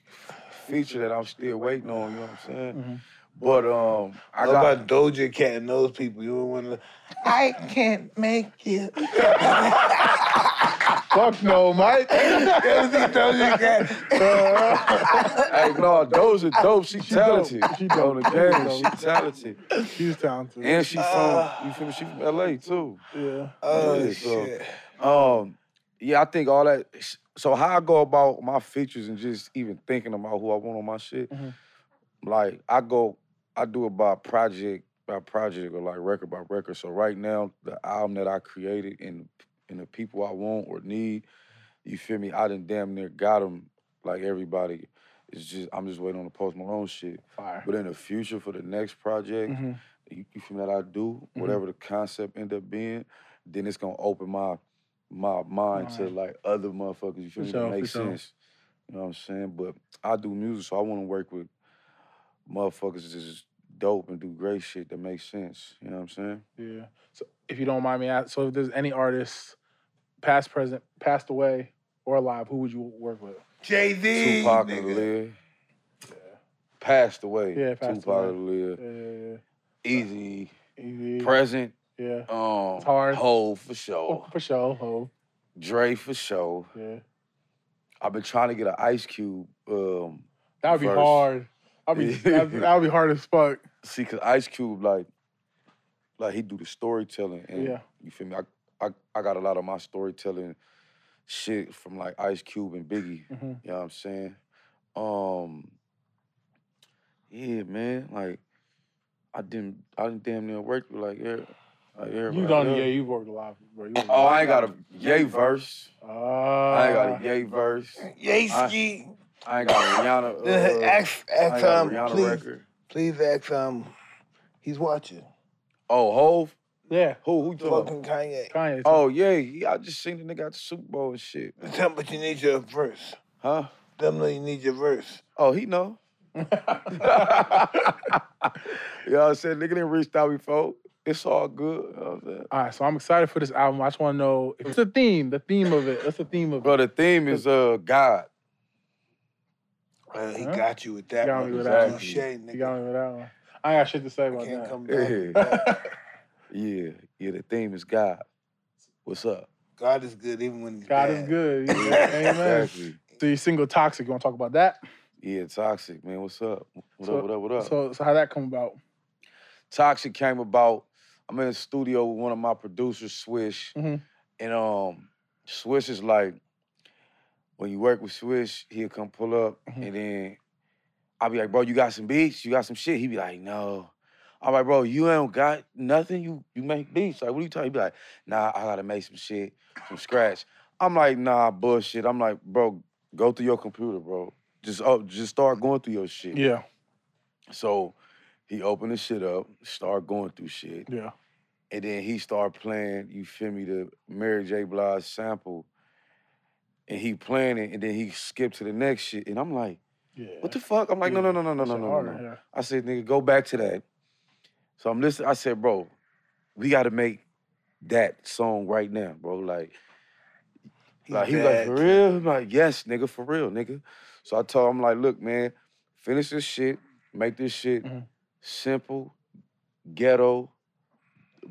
S3: feature that I'm still waiting on. You know what I'm saying?
S1: Mm-hmm.
S2: Mhm.
S3: But um, I
S1: What
S3: got
S1: about Doja Cat and those people? You don't want to. I can't make you.
S2: good. Fuck no, Mike.
S1: You ever see Doja Cat?
S3: Hey, no, those are dope. She
S2: dope.
S3: talented.
S2: She
S3: She
S2: dope.
S3: on the game. She talented.
S2: She's talented.
S3: And she from
S1: Ah.
S3: you feel me? She from LA too.
S2: yeah.
S1: Oh
S3: Yeah, so-
S1: shit!
S3: Um, yeah, I think all that. So how I go about my features and just even thinking about who I want on my shit,
S2: Mhm.
S3: like I go, I do it by project by project or like record by record. So right now, the album that I created and and the people I want or need, you feel me? I done damn near got them. Like everybody, it's just I'm just waiting on the Post Malone shit.
S2: Fire.
S3: But in the future, for the next project,
S2: hmm
S3: you, you feel me, that I do,
S2: Mhm.
S3: whatever the concept end up being, then it's gonna open my my mind to
S2: Mind.
S3: like other motherfuckers, you feel
S2: For
S3: me,
S2: sure,
S3: to
S2: for
S3: make
S2: sure.
S3: sense. You know what I'm saying? But I do music, so I wanna work with motherfuckers that's just dope and do great shit that makes sense. You know what I'm saying?
S2: Yeah. So if you don't mind me asking, so if there's any artists, past, present, passed away, or alive, who would you work with?
S1: Jay Z.
S3: Tupac and Live. Passed away.
S2: Yeah, passed
S3: Tupac
S2: away.
S3: and Live.
S2: Yeah.
S3: Easy.
S2: Easy.
S3: Present.
S2: yeah.
S3: Um
S2: hard.
S3: Hov for
S2: Oh,
S3: sure.
S2: for sure. Ho.
S3: Dre for sure.
S2: Yeah.
S3: I've been trying to get an Ice Cube um,
S2: That would be
S3: Verse.
S2: hard. I'd be that would be hard as fuck.
S3: See, cause Ice Cube like, like he do the storytelling, and
S2: Yeah.
S3: you feel me? I, I, I got a lot of my storytelling shit from like Ice Cube and Biggie.
S2: Mhm.
S3: You know what I'm saying? Um, yeah, man. Like, I didn't, I didn't damn near work with like, yeah, like everybody.
S4: You done,
S3: else.
S4: yeah, you worked a lot, bro. You worked
S3: Oh,
S4: lot.
S3: I ain't got a yay verse.
S4: Uh,
S3: I ain't got a yay verse.
S1: Yeski.
S3: I ain't got a Rihanna. Uh,
S1: Ask,
S3: I ain't
S1: ask
S3: got a
S1: um,
S3: Rihanna
S1: please,
S3: record.
S1: please ask um, he's watching.
S3: Oh, Hove.
S4: yeah.
S3: Who? Who you talking? about?
S1: Fucking Kanye.
S2: Kanye.
S3: Oh yeah, yeah, I just seen the nigga at the Super Bowl and shit.
S1: Tell him, but you need your verse.
S3: Huh?
S1: Tell him that you need your verse.
S3: Oh, he know. you know what I'm saying? Nigga didn't reach out before. It's all good. You know what I'm saying?
S2: All right, so I'm excited for this album. I just want to know if it's a theme, the theme of it. That's the theme of it.
S3: Bro, the theme is uh God.
S1: Uh, he
S2: Huh?
S1: got you with that
S2: Got
S1: one.
S2: me with
S3: that one.
S1: Touche,
S2: You got
S1: nigga.
S2: me with that one. I ain't got shit to say
S1: I
S2: about
S1: can't
S2: that.
S1: come back. with
S3: Yeah,
S1: that.
S3: yeah, yeah. The theme is God. What's up?
S1: God is good even when he's
S2: God
S1: bad.
S2: is good.
S3: Yeah,
S2: Amen.
S3: Exactly.
S2: So your single "Toxic," you want to talk about that?
S3: Yeah, toxic man. What's up? What
S2: So-
S3: up? What up? What up?
S2: So, so how that come about?
S3: Toxic came about. I'm in the studio with one of my producers, Swish,
S2: Mhm.
S3: and um, Swish is like, when you work with Swish, he'll come pull up,
S2: Mhm.
S3: and then I'll be like, bro, you got some beats? You got some shit? He be like, no. I'm like, bro, you ain't got nothing. You you make beats. Like, what are you talking? He be like, nah, I gotta make some shit from scratch. I'm like, nah, bullshit. I'm like, bro, go through your computer, bro. Just oh, just start going through your shit.
S2: Yeah,
S3: So he opened the shit up, start going through shit,
S2: yeah.
S3: and then he started playing. You feel me? The Mary J. Blige sample, and he playing it, and then he skipped to the next shit, and I'm like,
S2: Yeah.
S3: what the fuck? I'm like, no, no, no, no, no, no, no, no. no. I said, nigga, go back to that. So I'm listening. I said, bro, we got to make that song right now, bro. Like,
S1: He's
S3: like he was like,
S1: bad.
S3: for real? I'm like, yes, nigga, for real, nigga. So I told him, like, look, man, finish this shit, make this shit
S2: Mhm.
S3: simple, ghetto,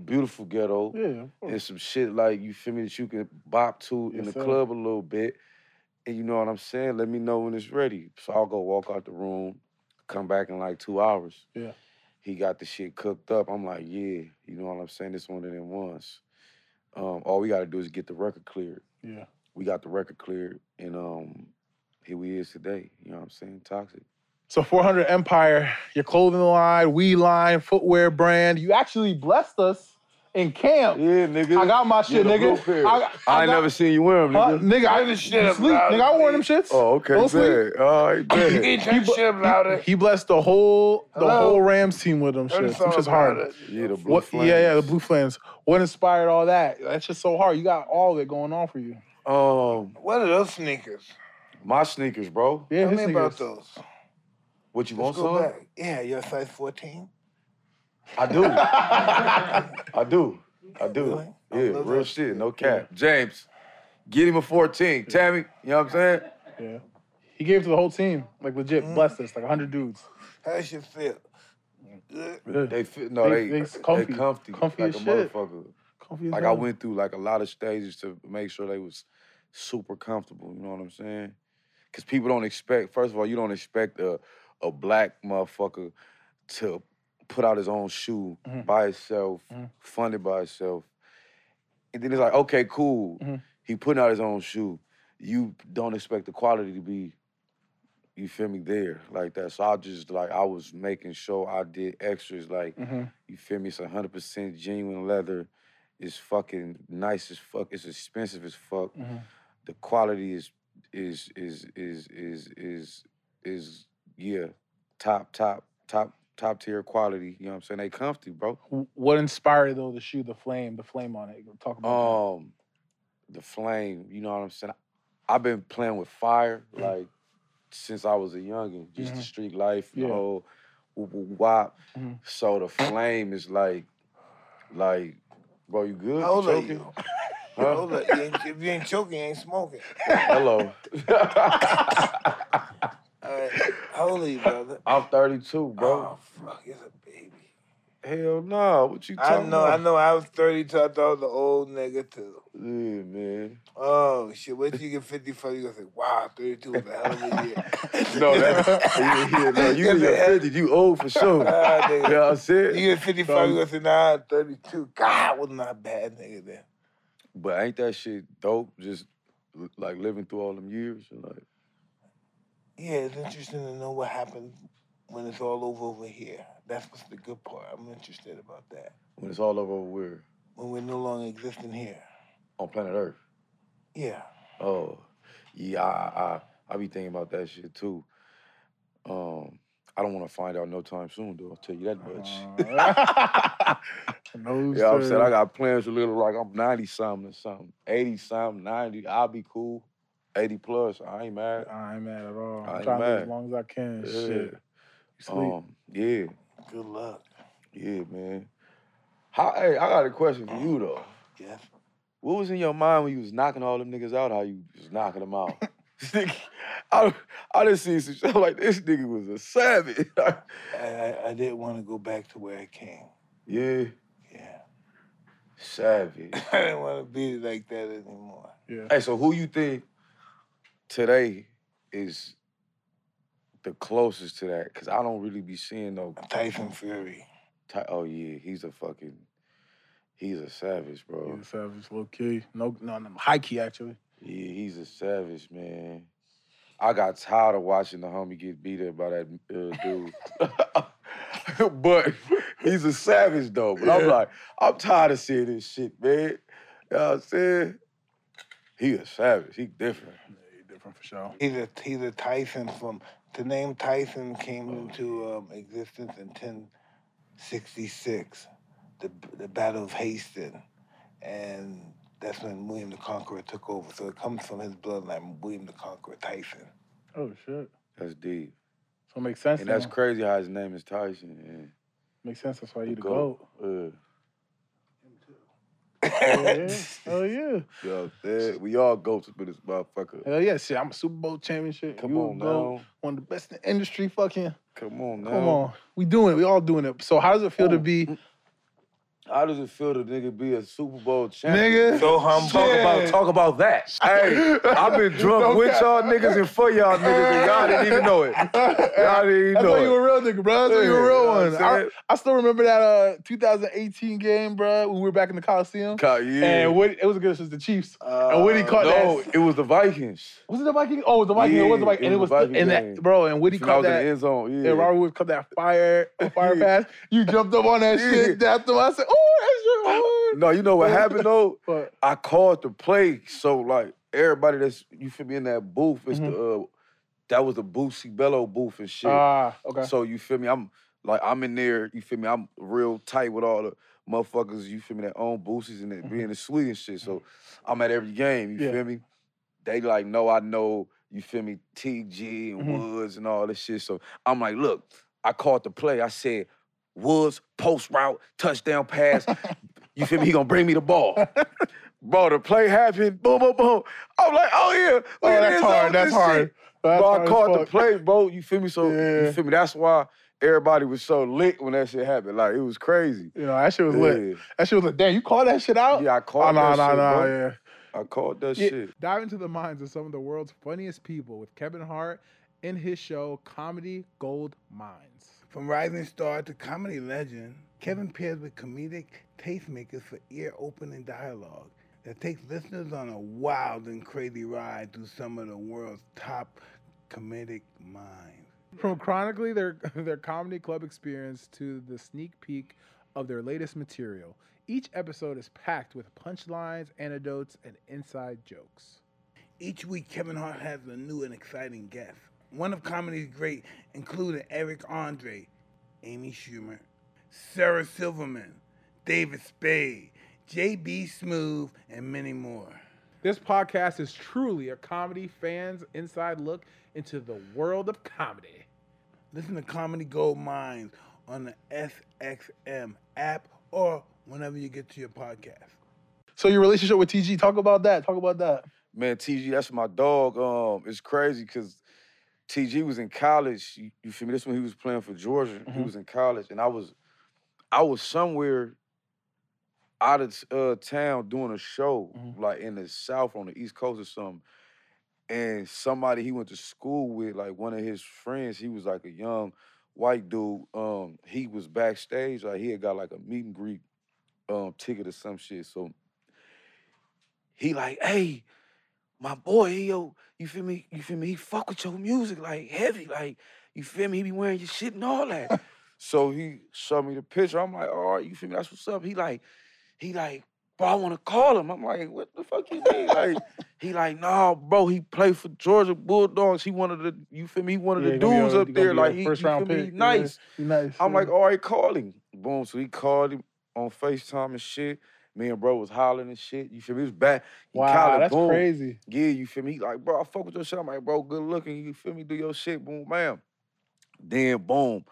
S3: beautiful ghetto,
S2: Yeah. of course.
S3: and some shit like you feel me that you can bop to in
S2: Yes,
S3: the
S2: sir.
S3: club a little bit. And you know what I'm saying? Let me know when it's ready. So I'll go walk out the room, come back in like two hours.
S2: Yeah.
S3: He got the shit cooked up. I'm like, yeah, you know what I'm saying? This one of them ones. Um, all we gotta do is get the record cleared
S2: Yeah.
S3: we got the record cleared, and um, here we is today. You know what I'm saying? Toxic.
S2: So 400 Empire, your clothing line, we line, footwear brand. You actually blessed us in camp.
S3: Yeah, nigga.
S2: I got my
S3: You
S2: shit,
S3: the blue
S2: nigga.
S3: pair.
S2: I,
S3: I
S2: I
S3: ain't
S2: got-
S3: never seen you wear them,
S2: Huh?
S3: nigga.
S2: Nigga, I
S1: Turn this
S2: didn't
S1: shit up
S2: sleep. Nigga, I wore them shits.
S3: Oh, okay,
S2: Don't sleep.
S3: bad. All right, bad.
S1: He turn this shit up louder.
S2: He blessed the whole the
S1: Hello?
S2: whole Rams team with them
S1: Turn
S2: shits.
S1: this
S2: Them
S1: song up
S2: shits hard.
S1: louder.
S3: yeah, the blue
S2: What, yeah, yeah, the
S3: Flames.
S2: Blue Flames. What inspired all that? That's just so hard. You got all of it going on for you.
S3: Um,
S1: What are those sneakers?
S3: my sneakers, bro.
S2: Yeah,
S1: Tell
S2: his
S1: me about
S2: niggas.
S1: those.
S3: What you want,
S1: Let's go
S3: son?
S1: back. Yeah, you're a size 14.
S3: I do. I do. I do.
S1: Really? I
S3: Yeah,
S1: love
S3: real
S1: that
S3: shit.
S1: shit.
S3: No cap. James, get him a 14. Tammy, you know what I'm saying?
S2: Yeah. He gave to the whole team. Like legit, blessed us, like 100 dudes.
S1: How does shit feel? Good.
S2: Yeah.
S3: They fit. No, they
S2: They- they
S3: they,
S2: comfy.
S3: comfy. comfy,
S2: Comfy
S3: like
S2: as
S3: a
S2: shit.
S3: motherfucker.
S2: Comfy as
S3: Like I
S2: hell.
S3: went through like a lot of stages to make sure they was super comfortable. You know what I'm saying? Because people don't expect. First of all, you don't expect a a black motherfucker to put out his own shoe
S2: Mhm.
S3: by himself,
S2: Mhm.
S3: funded by himself. And then it's like, okay, cool.
S2: Mhm.
S3: He putting out his own shoe. You don't expect the quality to be. You feel me there like that. So I just like I was making sure I did extras like
S2: hmm
S3: you feel me? It's 100% genuine leather. It's fucking nice as fuck. It's expensive as fuck.
S2: Mhm.
S3: The quality is is is is is is is yeah, top top top top tier quality. You know what I'm saying? They comfy, bro.
S2: Wh- what inspired though the shoe, the flame, the flame on it? Talk about that.
S3: Um, the flame. You know what I'm saying? I've been playing with fire
S2: Mhm.
S3: like since I was a youngin. Just the
S2: Mhm.
S3: street life, and
S2: Yeah.
S3: the whole whoop whoop wop.
S2: Mhm.
S3: So the flame is like, like, bro, you good?
S1: How old
S3: you
S1: are
S3: choking?
S1: you? How
S3: Huh?
S1: old are you? If you ain't choking, you ain't smoking.
S3: Hello.
S1: All right. How old are you, brother?
S3: I'm 32, bro.
S1: Oh, fuck. It's a baby.
S3: Hell no. What you
S1: I
S3: talking
S1: know, I
S3: about?
S1: know. I was 30, so I thought I was an old nigga, too.
S3: Yeah, man.
S1: Oh, shit. Wait till you get 55, you're going to say, wow, 32 was a hell of a year.
S3: No, that, yeah, yeah, no, you in your 50, you old for sure. You know
S1: Ah, nigga.
S3: what I'm
S1: You
S3: saying?
S1: get 55, you're going to say, nah, 32. God, was not bad, nigga, then.
S3: But ain't that shit dope? Just li- like living through all them years and like
S1: Yeah, it's interesting to know what happens when it's all over over here. That's what's the good part. I'm interested about that.
S3: when it's all over over where
S1: When we're no longer existing here.
S3: on planet Earth.
S1: Yeah.
S3: Oh, yeah, I, I I be thinking about that shit too. Um, I don't want to find out no time soon though. I'll tell you that much.
S2: No,
S3: Yeah, I'm
S2: sir.
S3: saying I got plans to live like I'm 90 something or something. 80 something, 90. I'll be cool. 80 plus. I ain't mad.
S2: I ain't mad at all.
S3: I
S2: I'm
S3: ain't
S2: trying to live
S3: mad.
S2: as long as I can.
S3: Yeah.
S2: Shit. You Sleep.
S3: Um, yeah,
S1: Good luck.
S3: yeah, man. How hey, I got a question for you though.
S1: Yes.
S3: What was in your mind when you was knocking all them niggas out? How you was knocking them out? This nigga- I, I just see some shit I'm like this nigga was a savage.
S1: I, I, I didn't want to go back to where I came.
S3: yeah,
S1: Yeah.
S3: savage.
S1: I didn't want to be like that anymore.
S2: yeah.
S3: Hey, so who you think today is the closest to that? Cause I don't really be seeing no.
S1: Tyson Fury.
S3: Ty- oh yeah, he's a fucking, he's a savage, bro.
S2: You a savage, low key. No, no, no, high key actually.
S3: Yeah, he's a savage, man. I got tired of watching the homie get beat up by that uh, dude. but he's a savage though. But I'm
S2: Yeah.
S3: like, I'm tired of seeing this shit, man. You know what I'm saying? He a savage. He different.
S2: Yeah, you different for sure.
S1: He's a, he's a Tyson from, the name Tyson came into um, existence in 1066, the, the Battle of Hastings. And that's when William the Conqueror took over. So it comes from his bloodline, William the Conqueror Tyson.
S2: Oh shit.
S3: That's deep.
S2: So it makes sense.
S3: And that's
S2: now.
S3: crazy how his name is Tyson.
S2: makes sense. That's why you
S3: The
S2: the
S3: goat.
S2: goat.
S3: And, uh,
S2: Hell yeah. Hell yeah.
S3: you know what I'm saying? We all goats with this motherfucker.
S2: Hell yeah. Shit, I'm a Super Bowl championship.
S3: Come
S2: you a
S3: on
S2: goat.
S3: now.
S2: One of the best in the industry. Fucking.
S3: Come on now.
S2: Come on. We doing it. We all doing it. So how does it feel to
S3: Ooh.
S2: be?
S3: How does it feel to nigga be a Super Bowl champion?
S2: Nigga.
S1: So humble.
S3: Talk about
S2: Shit.
S3: talk about that. Hey, I've been drunk
S2: No
S3: with
S2: cap.
S3: y'all niggas and for y'all niggas, and y'all didn't even know it. Y'all didn't even
S2: That's
S3: know
S2: why
S3: it.
S2: you a real nigga, bro. That's why you a
S3: Yeah, you
S2: real
S3: know what
S2: one.
S3: I'm
S2: I,
S3: saying?
S2: I still remember that uh 2018 game, bro, when we were back in the Coliseum.
S3: Ca- yeah.
S2: And what it was against was the Chiefs. and Woody
S1: Uh,
S2: caught
S3: no,
S2: that.
S3: it was the Vikings.
S2: Was it the Vikings? Oh, it was the Vikings. it was the
S3: Yeah,
S2: Vikings. And
S3: it
S2: it
S3: was
S2: was,
S3: the Viking
S2: and
S3: game.
S2: that, bro. And Woody
S3: When I
S2: caught
S3: was in
S2: that.
S3: the end zone. Yeah.
S2: And Robert Woods caught that fire, fire
S3: Yeah.
S2: pass. You jumped up on that shit. That's the I said, oh, that's your
S3: No, you know what happened though?
S2: But
S3: I called the play, so like everybody that's you feel me in that booth, it's
S2: Mm-hmm.
S3: the uh, that was the Boosie Bello booth and shit.
S2: ah, okay.
S3: So you feel me? I'm like I'm in there. You feel me? I'm real tight with all the motherfuckers. You feel me? That own boosters and that being a sweet and shit. So I'm at every game. You
S2: Mm-hmm. Yeah.
S3: feel me? They like know I know. You feel me? TG and
S2: Mhm.
S3: Woods and all this shit. So I'm like, look, I caught the play. I said Woods post route touchdown pass. you feel me? He gonna bring me the ball. Bro, the play happened. Boom, boom, boom. I'm like, oh yeah. Look
S2: Oh,
S3: at
S2: that's
S3: this,
S2: hard.
S3: oh, this
S2: That's
S3: shit.
S2: hard. That's
S3: Bro,
S2: hard
S3: I
S2: as
S3: caught the
S2: fuck.
S3: play, bro. You feel me? So
S2: Yeah.
S3: you feel me? That's why everybody was so lit when that shit happened. Like it was crazy.
S2: You know, that shit was lit.
S3: Yeah.
S2: That shit was like, damn, you called that shit out?
S3: Yeah, I
S2: Oh,
S3: caught
S2: no,
S3: that
S2: no,
S3: shit,
S2: no,
S3: bro.
S2: yeah.
S3: I caught that
S2: Yeah.
S3: shit.
S2: Dive into the minds of some of the world's funniest people with Kevin Hart in his show Comedy Gold Mines.
S1: From rising star to comedy legend, Kevin pairs with comedic tastemakers for ear opening dialogue that takes listeners on a wild and crazy ride through some of the world's top comedic minds.
S2: From chronically their their comedy club experience to the sneak peek of their latest material, each episode is packed with punchlines, anecdotes, and inside jokes.
S1: Each week, Kevin Hart has a new and exciting guest. One of comedy's great, including Eric Andre, Amy Schumer, Sarah Silverman, David Spade, J.B. Smoove, and many more.
S2: This podcast is truly a comedy fans' inside look into the world of comedy.
S1: Listen to Comedy Gold Mines on the SXM app or whenever you get to your podcast.
S2: So your relationship with TG, talk about that. Talk about that.
S3: Man, TG, that's my dog. Um, it's crazy because TG was in college. You, you feel me? This when he was playing for Georgia. He
S2: Mhm.
S3: was in college, and I was, I was somewhere out of uh, town doing a show,
S2: Mhm.
S3: like in the South on the East Coast or something. And somebody he went to school with, like one of his friends, he was like a young white dude. Um, he was backstage, like he had got like a meet and greet um ticket or some shit. So he like, hey, my boy, he yo, you feel me? You feel me? He fuck with your music like heavy, like you feel me? He be wearing your shit and all that. so he showed me the picture. I'm like, all right, you feel me? That's what's up. He like, he like, bro, I want to call him. I'm like, what the fuck you mean? Like, he like, nah, bro, he played for Georgia Bulldogs. He one of the, you feel me? He one of
S2: Yeah,
S3: the
S2: he gonna be
S3: dudes
S2: a-
S3: up
S2: he gonna
S3: there.
S2: be a
S3: Like, he,
S2: first
S3: you feel
S2: round
S3: me? He
S2: pick, yeah.
S3: nice.
S2: You nice.
S3: I'm
S2: yeah.
S3: like, "Oh, all right, call him. Boom. So he called him on FaceTime and shit. Me and bro was hollering and shit. You feel me? He was back. He
S2: wow,
S3: collared,
S2: that's
S3: boom.
S2: crazy.
S3: Yeah, you feel me? He like, bro, I fuck with your shit. I'm like, bro, good looking. You feel me? Do your shit. Boom, bam. Then boom.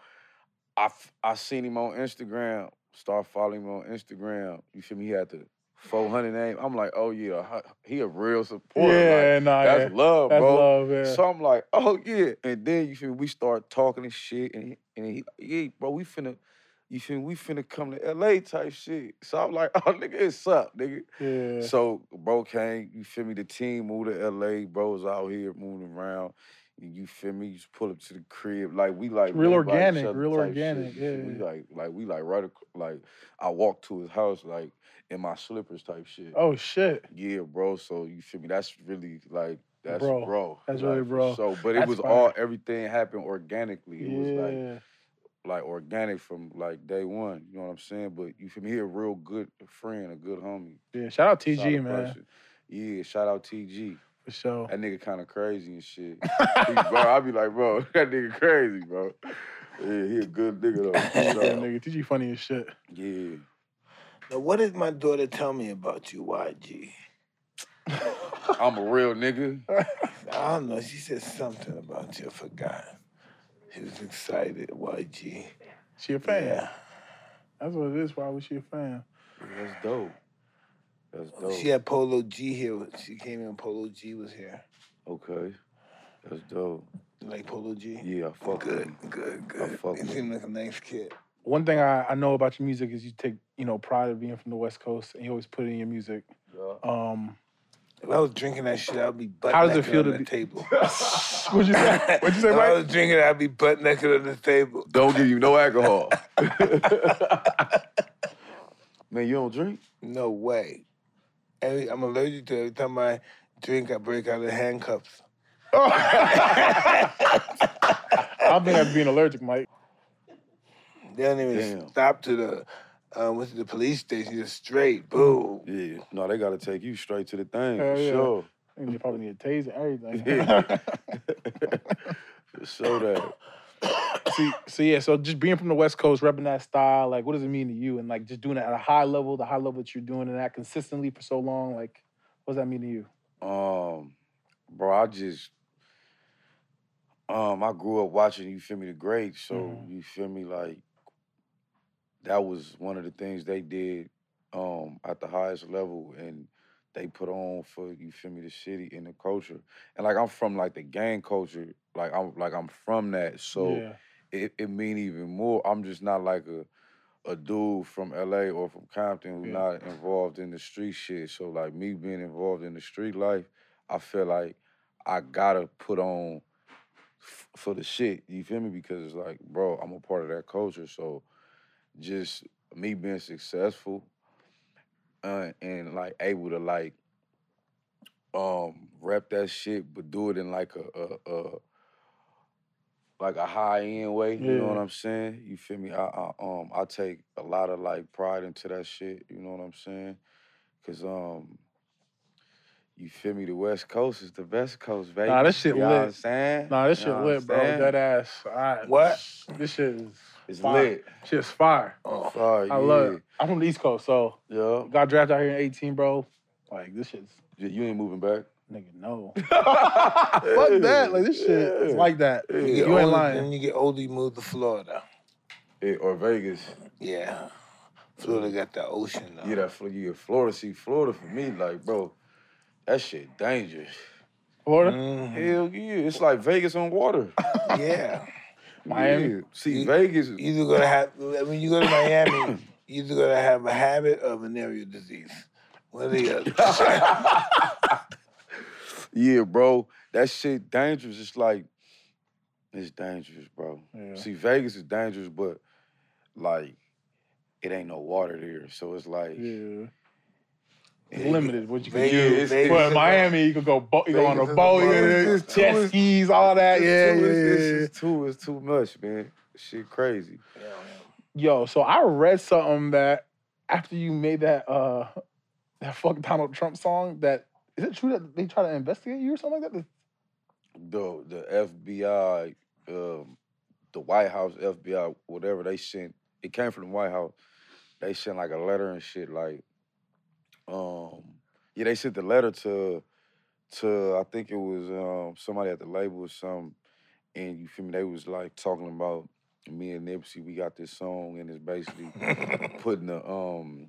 S3: I, f- I seen him on Instagram. Start following him on Instagram. You feel me? He had the 400 name. I'm like, oh yeah, hu- he a real supporter. Like,
S2: Yeah, nah,
S3: that's
S2: yeah.
S3: love,
S2: that's
S3: bro.
S2: love. Yeah.
S3: So I'm like, oh yeah. And then you feel me, we start talking and shit. And, he- and he like, yeah, bro, we finna, you feel me, we finna come to LA type shit. So I'm like, oh nigga, it's up, nigga.
S2: yeah.
S3: So bro came, you feel me, the team moved to LA, bro was out here moving around. And you feel me? You just pull up to the crib, like we like
S2: real
S3: live by each
S2: organic,
S3: other
S2: real
S3: type
S2: organic,
S3: Shit. You feel me?
S2: yeah.
S3: Like, like we like right, ac- like I walked to his house like in my slippers type shit.
S2: Oh shit.
S3: Yeah, bro. So you feel me? That's really like that's
S2: Bro.
S3: bro.
S2: That's
S3: like,
S2: really
S3: for
S2: bro.
S3: sure. but it
S2: That's
S3: was
S2: fire.
S3: all everything happened organically. It
S2: yeah.
S3: was like like organic from like day one. You know what I'm saying? But you feel me? He a real good friend, a good homie,
S2: yeah. Shout out
S3: solid
S2: TG man
S3: person. Yeah, shout out TG.
S2: for sure.
S3: That nigga kind of crazy and shit. He- bro, I be like, bro, that nigga crazy, bro. Yeah, he a good nigga though. for
S2: Yeah,
S3: sure.
S2: nigga, TG funny as shit.
S3: Yeah.
S4: Now, what did my daughter tell me about you, YG?
S3: I'm a real nigga.
S4: I don't know. She said something about you. I forgot. She was excited, YG.
S2: She a fan.
S4: Yeah.
S2: That's what it is. Why was she a fan?
S3: That's dope. That's
S1: Oh,
S3: dope.
S4: She had Polo G here. She came in. Polo G was here.
S3: Okay. That's dope.
S4: You like Polo G?
S3: Yeah, I fuck with
S4: Good,
S3: him.
S4: good,
S3: I
S4: good.
S3: fuck
S4: You
S3: with
S4: seem like a nice kid.
S2: One thing I, I know about your music is you take you know pride of being from the West Coast and you always put it in your music.
S3: Yeah.
S2: Um,
S4: If I was drinking that shit, I'd be butt
S2: How does it
S4: naked
S2: feel
S4: on
S2: to
S4: the
S2: be-
S4: table.
S2: what'd you say? What'd you say,
S4: if I
S2: Mike?
S4: was drinking, I'd be butt naked on the table.
S3: Don't give you no alcohol. Man, you don't drink?
S4: No way. Every, I'm allergic to it. every time I drink, I break out in handcuffs.
S2: I don't think I'm being allergic, Mike.
S4: They don't even
S3: Damn.
S4: stop to the uh, went to the police station. Just straight, boom.
S3: Yeah. No, they gotta take you straight to the thing
S2: Hell
S3: for
S2: yeah.
S3: sure.
S2: And you probably need a taser, everything.
S3: Yeah. for sure that.
S2: See, so yeah, so just being from the West Coast, repping that style, like, what does it mean to you? And like, just doing it at a high level, the high level that you're doing, and that consistently for so long, like, what does that mean to you?
S3: Um, bro, I just um I grew up watching, you feel me, the greats. So
S2: Mhm.
S3: you feel me, like that was one of the things they did um at the highest level and they put on for you feel me the city and the culture. And like I'm from like the gang culture. Like I'm like I'm from that. So
S2: yeah,
S3: it, it mean even more. I'm just not like a a dude from LA or from Compton who
S2: Yeah.
S3: not involved in the street shit. So like me being involved in the street life, I feel like I gotta put on f- for the shit. You feel me? Because it's like, bro, I'm a part of that culture. So just me being successful uh, and like able to like um rep that shit, but do it in like a a, a like a high end way. You know what
S2: Yeah.
S3: I'm saying? You feel me? I, I um I take a lot of like pride into that shit. You know what I'm saying? Cause um. You feel me? The West Coast is the best coast, baby.
S2: Nah, this shit
S3: you know what
S2: lit.
S3: I'm saying?
S2: nah, this
S3: You
S2: shit
S3: know what I'm
S2: lit, bro.
S3: saying?
S2: Dead ass. I,
S4: What?
S2: This shit is.
S3: It's
S2: fire.
S3: lit.
S2: Shit's fire.
S4: Oh,
S3: Sorry,
S2: I
S3: yeah.
S2: love it. I'm from the East Coast, so
S3: Yeah.
S2: got drafted out here in 18, bro. Like, this shit's,
S3: You- You ain't moving back.
S2: nigga, no. Ah, Fuck that. Like, this shit is
S3: Yeah.
S2: like that.
S3: Yeah.
S4: you,
S2: You
S4: get
S2: ain't
S4: older,
S2: lying.
S4: When you get older, you move to Florida.
S3: Yeah, or Vegas.
S4: Yeah, Florida got the ocean. Though.
S3: Yeah, that Fl- yeah, Florida. See, Florida for me, like, bro, that shit dangerous.
S2: Florida?
S4: Mhm.
S3: Hell yeah, it's like Vegas on water.
S4: Yeah.
S2: Miami? Mm.
S3: Yeah. See,
S4: You-
S3: Vegas.
S4: You either gonna have when you go to Miami, you either gonna have a habit or venereal disease. One or the other.
S3: Yeah, bro, that shit dangerous. It's like, it's dangerous, bro.
S2: Yeah.
S3: See, Vegas is dangerous, but like, it ain't no water there, so it's like,
S2: Yeah. limited what you can
S4: Vegas-
S2: do.
S4: Vegas-
S2: But in Miami, you could go, bo- you go on
S3: Vegas
S2: a
S3: is
S2: boat,
S3: the
S2: you
S3: Bahamas.
S2: could do jet skis, all that. Yeah,
S3: It's too-
S2: yeah,
S3: it's-
S2: yeah,
S3: It's,
S2: yeah.
S3: just too, it's too much, man. Shit crazy.
S2: Yo, so I read something that after you made that uh that fuck Donald Trump song, that is it true that they try to investigate you or something like that?
S3: The the FBI, um, the White House FBI, whatever they sent. It came from the White House. They sent like a letter and shit. Like, um, yeah, they sent the letter to to I think it was um somebody at the label or something. And you feel me? They was like talking about me and Nipsey. We got this song, and it's basically putting the um,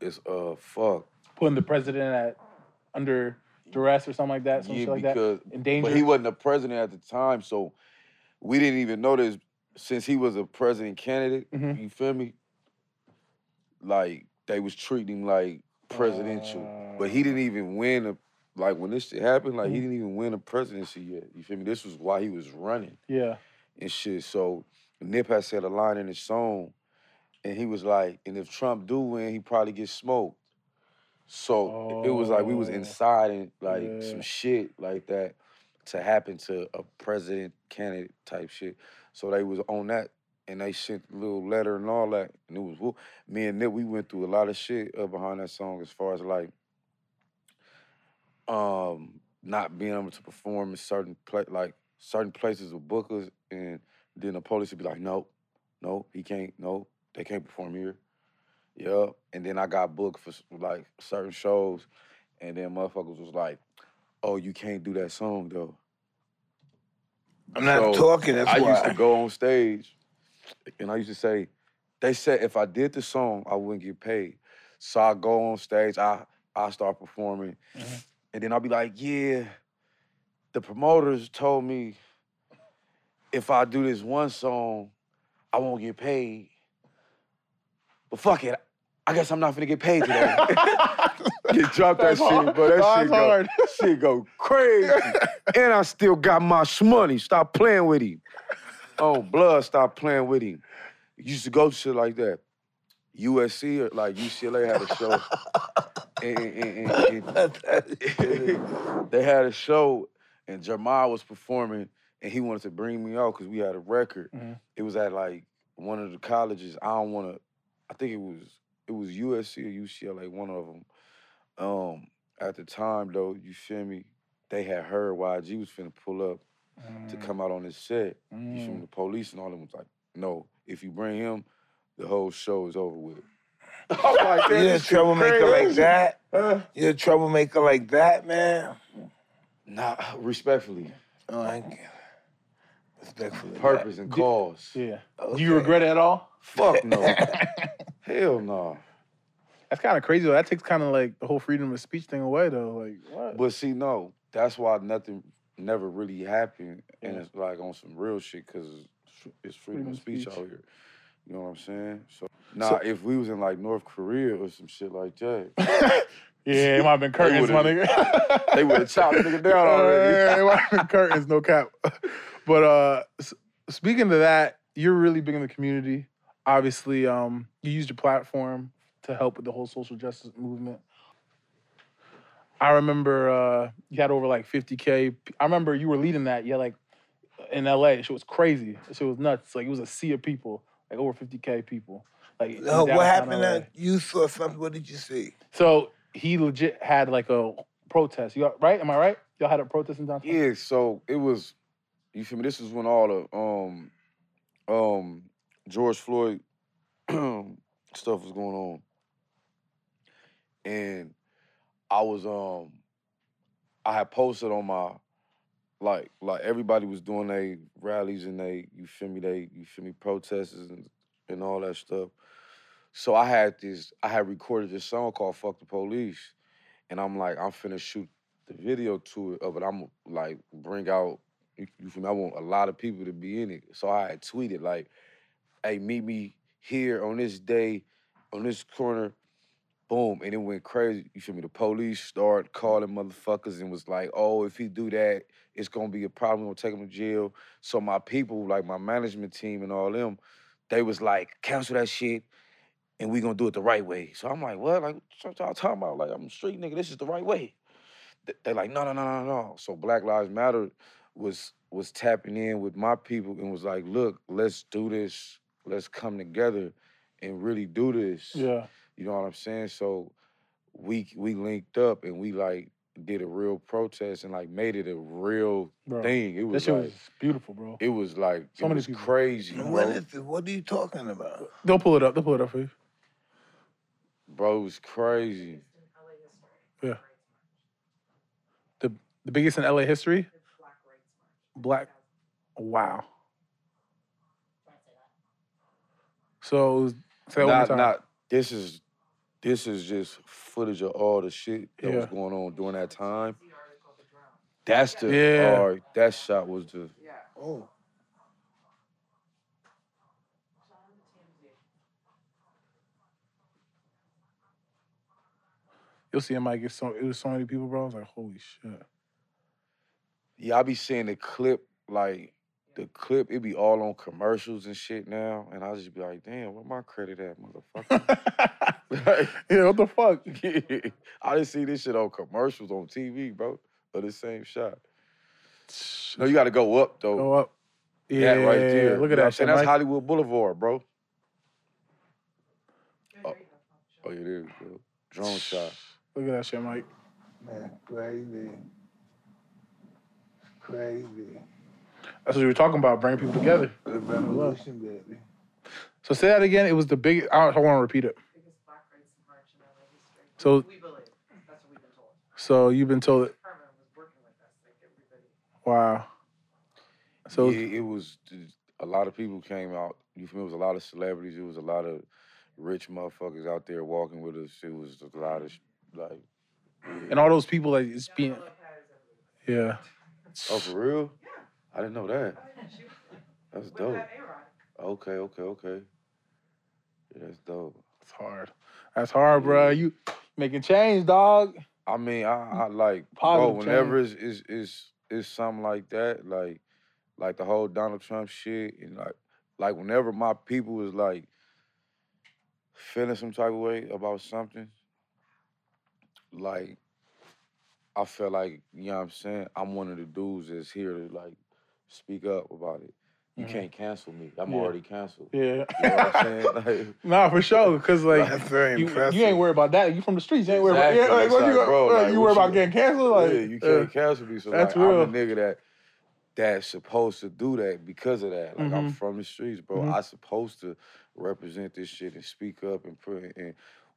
S3: it's uh fuck.
S2: Putting the president at under duress or something like that, some shit like that.
S3: because
S2: In danger.
S3: But he wasn't the president at the time, so we didn't even know this since he was a president candidate.
S2: Mhm.
S3: You feel me? Like they was treating him like presidential, but
S2: Uh,
S3: he didn't even win a like when this shit happened. Like he
S2: Mhm.
S3: didn't even win a presidency yet. You feel me? This was why he was running
S2: Yeah.
S3: and shit. So Nip had said a line in his song, and he was like, "And if Trump do win, he probably gets smoked." So it was like we was
S2: Oh.
S3: inside and like
S2: Yeah.
S3: some shit like that to happen to a president candidate type shit. So they was on that. And they sent a little letter and all that, and it was woo. Me and Nip, we went through a lot of shit uh, behind that song, as far as like um not being able to perform in certain pla- like certain places with bookers and then the police would be like, nope, nope, he can't, nope, they can't perform here. Yup. And then I got booked for s- like certain shows, and then motherfuckers was like, oh, you can't do that song though.
S4: I'm not
S3: So,
S4: talking. That's
S3: I
S4: why.
S3: used to go on stage, and I used to say, they said if I did the song, I wouldn't get paid. So I go on stage, I I start performing,
S2: Mm-hmm.
S3: and then I'll be like, yeah, the promoters told me if I do this one song, I won't get paid. But fuck it, I guess I'm not finna get paid today. Get dropped that
S2: That's hard.
S3: shit, bro. That
S2: That's
S3: shit go,
S2: hard.
S3: shit go crazy. and I still got my shmoney. Stop playing with him. Oh, blood, stop playing with him. Used to go to shit like that. USC or like UCLA had a show. and, and- and- and- and- they had a show and Jamal was performing and he wanted to bring me out because we had a record.
S2: Mhm.
S3: It was at like one of the colleges. I don't wanna, I think it was it was USC or UCLA, one of them. Um, at the time though, you feel me? They had heard YG was finna pull up to come out on this set. You
S2: Mm.
S3: feel me? The police and all them was like, no, if you bring him, the whole show is over with. I'm like,
S4: You're a
S3: "This shit
S4: troublemaker like
S3: crazy."
S4: that.
S3: Huh?
S4: You're a troublemaker like that, man.
S3: Nah, respectfully,
S4: Oh, I get respectfully.
S3: purpose and
S2: Di-
S3: cause.
S2: Yeah.
S4: Okay.
S2: Do you regret it at all?
S3: Fuck no. Hell no.
S2: That's kind of crazy. Though. That takes kind of like the whole freedom of speech thing away, though. Like, what?
S3: But see, no, that's why nothing never really happened, and
S2: Yeah.
S3: it's like on some real shit because it's freedom of speech, out here. You know what I'm saying? So, nah, if we was in like North Korea or some shit like that,
S2: yeah, it might have been curtains, my
S3: would've-
S2: nigga.
S3: they would have chopped nigga down
S2: Uh,
S3: already.
S2: it might have been curtains, no cap. But uh, s- speaking to that, you're really big in the community. Obviously, um, you used your platform to help with the whole social justice movement. I remember uh, you had over like 50k. p- I remember you were leading that. Yeah, like uh, in LA, shit was crazy. That shit was nuts. Like it was a sea of people, like over 50k people. Like in
S4: No,
S2: downtown
S4: Oh, what happened?
S2: LA.
S4: That you saw something. What did you see?
S2: So he legit had like a protest. You got, right? Am I right? Y'all had a protest in downtown.
S3: yeah, so it was. You feel me? This is when all the um, um, George Floyd stuff was going on, and I was um, I had posted on my like like everybody was doing they rallies and they you feel me they you feel me protests and and all that stuff. So I had this I had recorded this song called "Fuck the Police," and I'm like I'm finna shoot the video to it of it. I'm like bring out you, you feel me. I want a lot of people to be in it. So I had tweeted like, "Hey, meet me here on this day, on this corner." Boom, and it went crazy. You feel me? The police started calling motherfuckers and was like, "Oh, if he do that, it's gonna be a problem. We're gonna take him to jail. So my people, like my management team and all them, they was like, cancel that shit. and we gonna do it the right way. So I'm like, what? Like, what y'all talking about? Like, I'm a street nigga. This is the right way. Th- They like, no, no, no, no, no. So Black Lives Matter was was tapping in with my people and was like, look, let's do this. Let's come together and really do this.
S2: Yeah.
S3: You know what I'm saying? So we we linked up and we like did a real protest and like made it a real
S2: Bro.
S3: thing. It
S2: That
S3: was
S2: shit
S3: like
S2: was beautiful, bro.
S3: it was like
S2: So
S3: it
S2: many
S3: was
S2: people.
S3: crazy,
S4: And
S3: bro.
S4: What is it? What are you talking about?
S2: Don't pull it up. Don't pull it up for you.
S3: bro, it was crazy.
S2: The biggest in LA history? Black. Wow. So, it was- say that one more
S3: Not
S2: time.
S3: not this is this is just footage of all the shit that was
S2: Yeah.
S3: going on during that time. That's the
S2: Yeah.
S3: all right, that shot was the
S4: Oh,
S2: You'll see him, Mike. It's so, it was so many people, bro. I was like, holy shit.
S3: yeah, I be seeing the clip like the clip, it be all on commercials and shit now. And I just be like, damn, where my credit at, motherfucker? Like,
S2: yeah, what the fuck?
S3: I didn't see this shit on commercials on TV, bro. Of the same shot. No, you gotta go up though.
S2: Go up. Yeah,
S3: Yeah, right there.
S2: Look
S3: You know
S2: at
S3: what I'm
S2: that shit.
S3: saying? That's
S2: Mike.
S3: Hollywood Boulevard, bro. Oh, oh yeah, there you go. Drone shot.
S2: Look at that shit, Mike.
S4: man, crazy, crazy.
S2: That's what we were talking about, bringing people together.
S4: The revolution, baby.
S2: So say that again. It was the big. I, don't- I want to repeat it.
S5: biggest black race march in LA history.
S2: So-
S5: we believe that's what we've been told.
S2: So you've been told. it-
S5: Carmen was working with us, like everybody.
S2: Wow. So
S3: yeah, it was a lot of people came out. You familiar? It was a lot of celebrities. It was a lot of rich motherfuckers out there walking with us. It was a lot of sh- like,
S2: and all those people that is being.
S5: Lopez, everybody.
S2: Yeah.
S3: oh for real?
S5: Yeah.
S3: I didn't know that.
S5: Oh, yeah, she was like,
S3: That's
S5: with
S3: dope.
S5: that A-Rod.
S3: Okay, okay, okay. Yeah, that's dope.
S2: It's hard. That's hard, bro. You making change, dog.
S3: I mean, I, I like bro,
S2: Positive
S3: whenever it's, it's it's it's something like that, like like the whole Donald Trump shit, and like like whenever my people is like feeling some type of way about something, like I feel like you know what I'm saying. I'm one of the dudes that's here to like speak up about it. You
S2: Mhm.
S3: can't cancel me. I'm
S2: Yeah.
S3: already canceled.
S2: Yeah.
S3: You know what I'm saying? Like,
S2: nah, for sure. Cause like.
S4: That's very
S2: You,
S4: impressive.
S2: you ain't worried about that. You from the streets. You ain't worried
S3: Exactly.
S2: about. Yeah, like,
S3: It's
S2: what you,
S3: like,
S2: got-
S3: bro,
S2: like,
S3: like,
S2: you
S3: what
S2: worry
S3: you-
S2: about getting canceled. Like,
S3: yeah, you
S2: uh,
S3: can't cancel me. So
S2: that's
S3: like, I'm a
S2: real.
S3: nigga that that's supposed to do that because of that. Like I'm
S2: Mhm.
S3: from the streets, bro.
S2: Mhm.
S3: I supposed to represent this shit and speak up and put and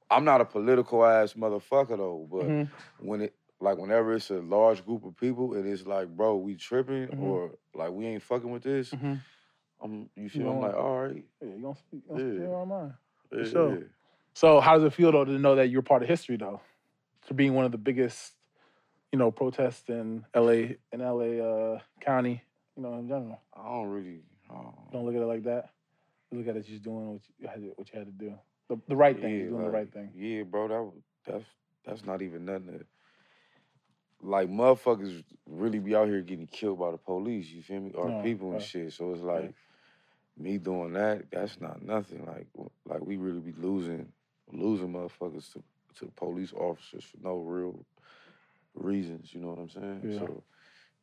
S3: I'm not a political ass motherfucker though, but
S2: Mhm.
S3: when it like whenever it's a large group of people and it's like, bro, we tripping
S2: Mhm.
S3: or like we ain't fucking with this,
S2: Mhm.
S3: I'm you feel I'm
S2: don't-
S3: like, all right.
S2: Yeah, you gonna speak, you gonna
S3: Yeah.
S2: speak your mind.
S3: Yeah,
S2: sure.
S3: yeah.
S2: So how does it feel though to know that you're part of history though, for being one of the biggest, you know, protests in LA in LA uh, County, you know, in general.
S3: I don't really I don't-
S2: Don't look at it like that. You look at it just doing what you had to, what you had to do, the, the right thing, you're doing the
S3: like,
S2: right thing.
S3: Yeah, bro, that was, that's that's not even nothing. That, like motherfuckers really be out here getting killed by the police. You feel me? Or
S2: No,
S3: people and
S2: right.
S3: shit. So it's like me doing that. That's not nothing. Like w- like we really be losing losing motherfuckers to to police officers for no real reasons. You know what I'm saying?
S2: Yeah.
S3: So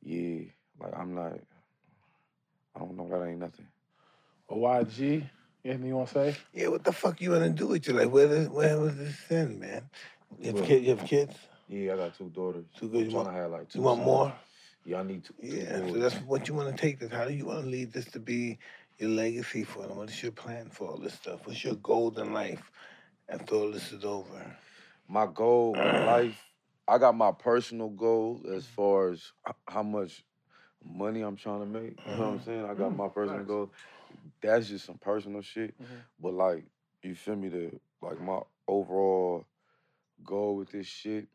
S3: yeah, like I'm not. I don't know. That ain't nothing.
S2: YG, anything you want to say?
S4: Yeah, what the fuck you wanna do with your life? Where, the, where was this sin, man? You have,
S3: Well-
S4: kid, you have kids?
S3: Yeah, I got two daughters.
S4: Two good-
S3: I'm
S4: you
S3: trying
S4: want-
S3: to have like two.
S4: You want
S3: sons.
S4: more?
S3: Yeah, I need two. two
S4: Yeah, so
S3: boys.
S4: that's what you wanna take this. How do you wanna leave this to be your legacy for them? What is your plan for all this stuff? What's your goal in life after all this is over?
S3: my goal in life, I got my personal goal as far as h- how much money I'm trying to make. You know what I'm saying? I got my personal
S2: nice.
S3: goal. That's just some personal shit.
S2: Mhm.
S3: But like, you feel me? The like my overall goal with this shit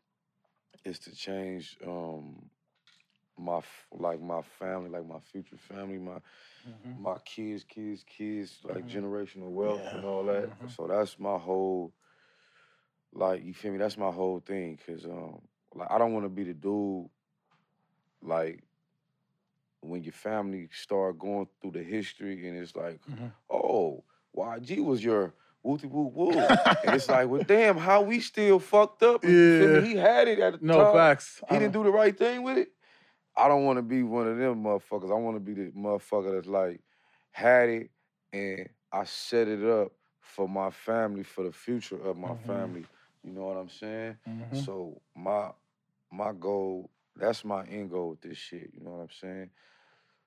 S3: is to change um my f- like my family, like my future family, my
S2: Mm-hmm.
S3: my kids, kids, kids, like generational wealth and all that.
S2: Mm-hmm.
S3: So that's my whole, like, you feel me? That's my whole thing. Cause, um, like, I don't wanna be the dude, like, when your
S2: Mm-hmm.
S3: family start going through the history and it's like,
S2: Mhm.
S3: oh, YG was your wooty whoop woo. and it's like, well, damn, how we still fucked up? and you feel me?
S2: Yeah.
S3: He had it at the
S2: No
S3: time.
S2: facts. Um,
S3: He
S2: I
S3: didn't do the right thing with it. I don't want to be one of them motherfuckers. I want to be the motherfucker that's like had it and I set it up for my family, for the future of my
S2: Mhm.
S3: family. You know what I'm saying?
S2: don't- Mhm.
S3: So my my goal, that's my end goal with this shit. You know what I'm saying?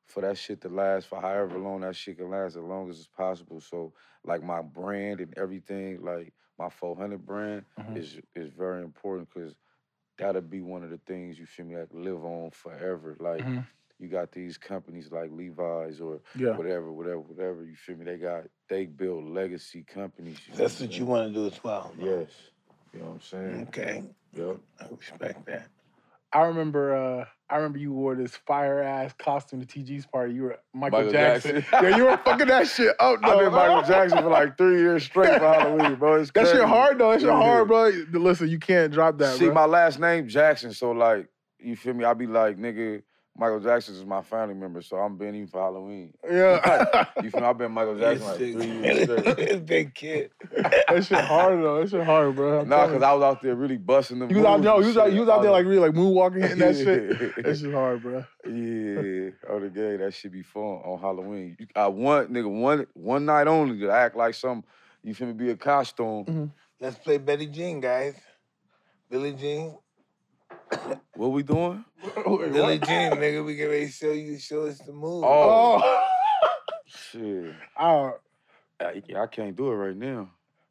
S3: For that shit to last for however long that shit can last, as long as it's possible. So like my brand and everything, like my 400 brand
S2: Mhm.
S3: is is very important because that'll be one of the things you feel me like live on forever. Like
S2: Mhm.
S3: you got these companies like Levi's or
S2: Yeah.
S3: whatever, whatever, whatever. You feel me? They got they build legacy companies. know
S4: That's
S3: I'm
S4: what you
S3: saying?
S4: want Mm-hmm. to do as well.
S3: Yes. You know what I'm saying?
S4: Okay.
S3: Yup.
S4: I respect that.
S2: I remember. uh I remember you wore this fire ass costume to TG's party. You were Michael,
S3: Michael
S2: Jackson.
S3: Jackson.
S2: yeah, you were fucking that shit up.
S3: I've
S2: though.
S3: been Michael Jackson for like three years straight for Halloween, bro. It's
S2: That shit
S3: crazy.
S2: hard though. That shit
S3: Yeah.
S2: hard, bro. Listen, you can't drop that.
S3: See,
S2: bro.
S3: my last name Jackson, so like, you feel me? I be like, nigga, Michael Jackson is my family member, so I'm been even for Halloween.
S2: yeah,
S3: You feel me? I've been Michael
S4: It's
S3: Jackson like three years straight.
S4: it's big kid.
S2: that shit hard though. That shit hard, bro. I'm
S3: Nah,
S2: telling
S3: cause I was out there really busting them.
S2: you was out,
S3: moves
S2: no,
S3: and
S2: you was out,
S3: shit.
S2: you was out there
S3: I
S2: like really like moonwalking hitting that shit.
S3: Yeah.
S2: That shit hard, bro.
S3: Yeah, oh the gay, that should be fun on Halloween. You, I want nigga one one night only to act like some. You feel me? Be a costume.
S4: Let's play Betty Jean, guys. Billy Jean.
S3: What we doing?
S4: Billy Jean, nigga. We can ready to show you, show us the move.
S3: Oh,
S2: Oh,
S3: shit!
S2: oh.
S3: I, I can't do it right now.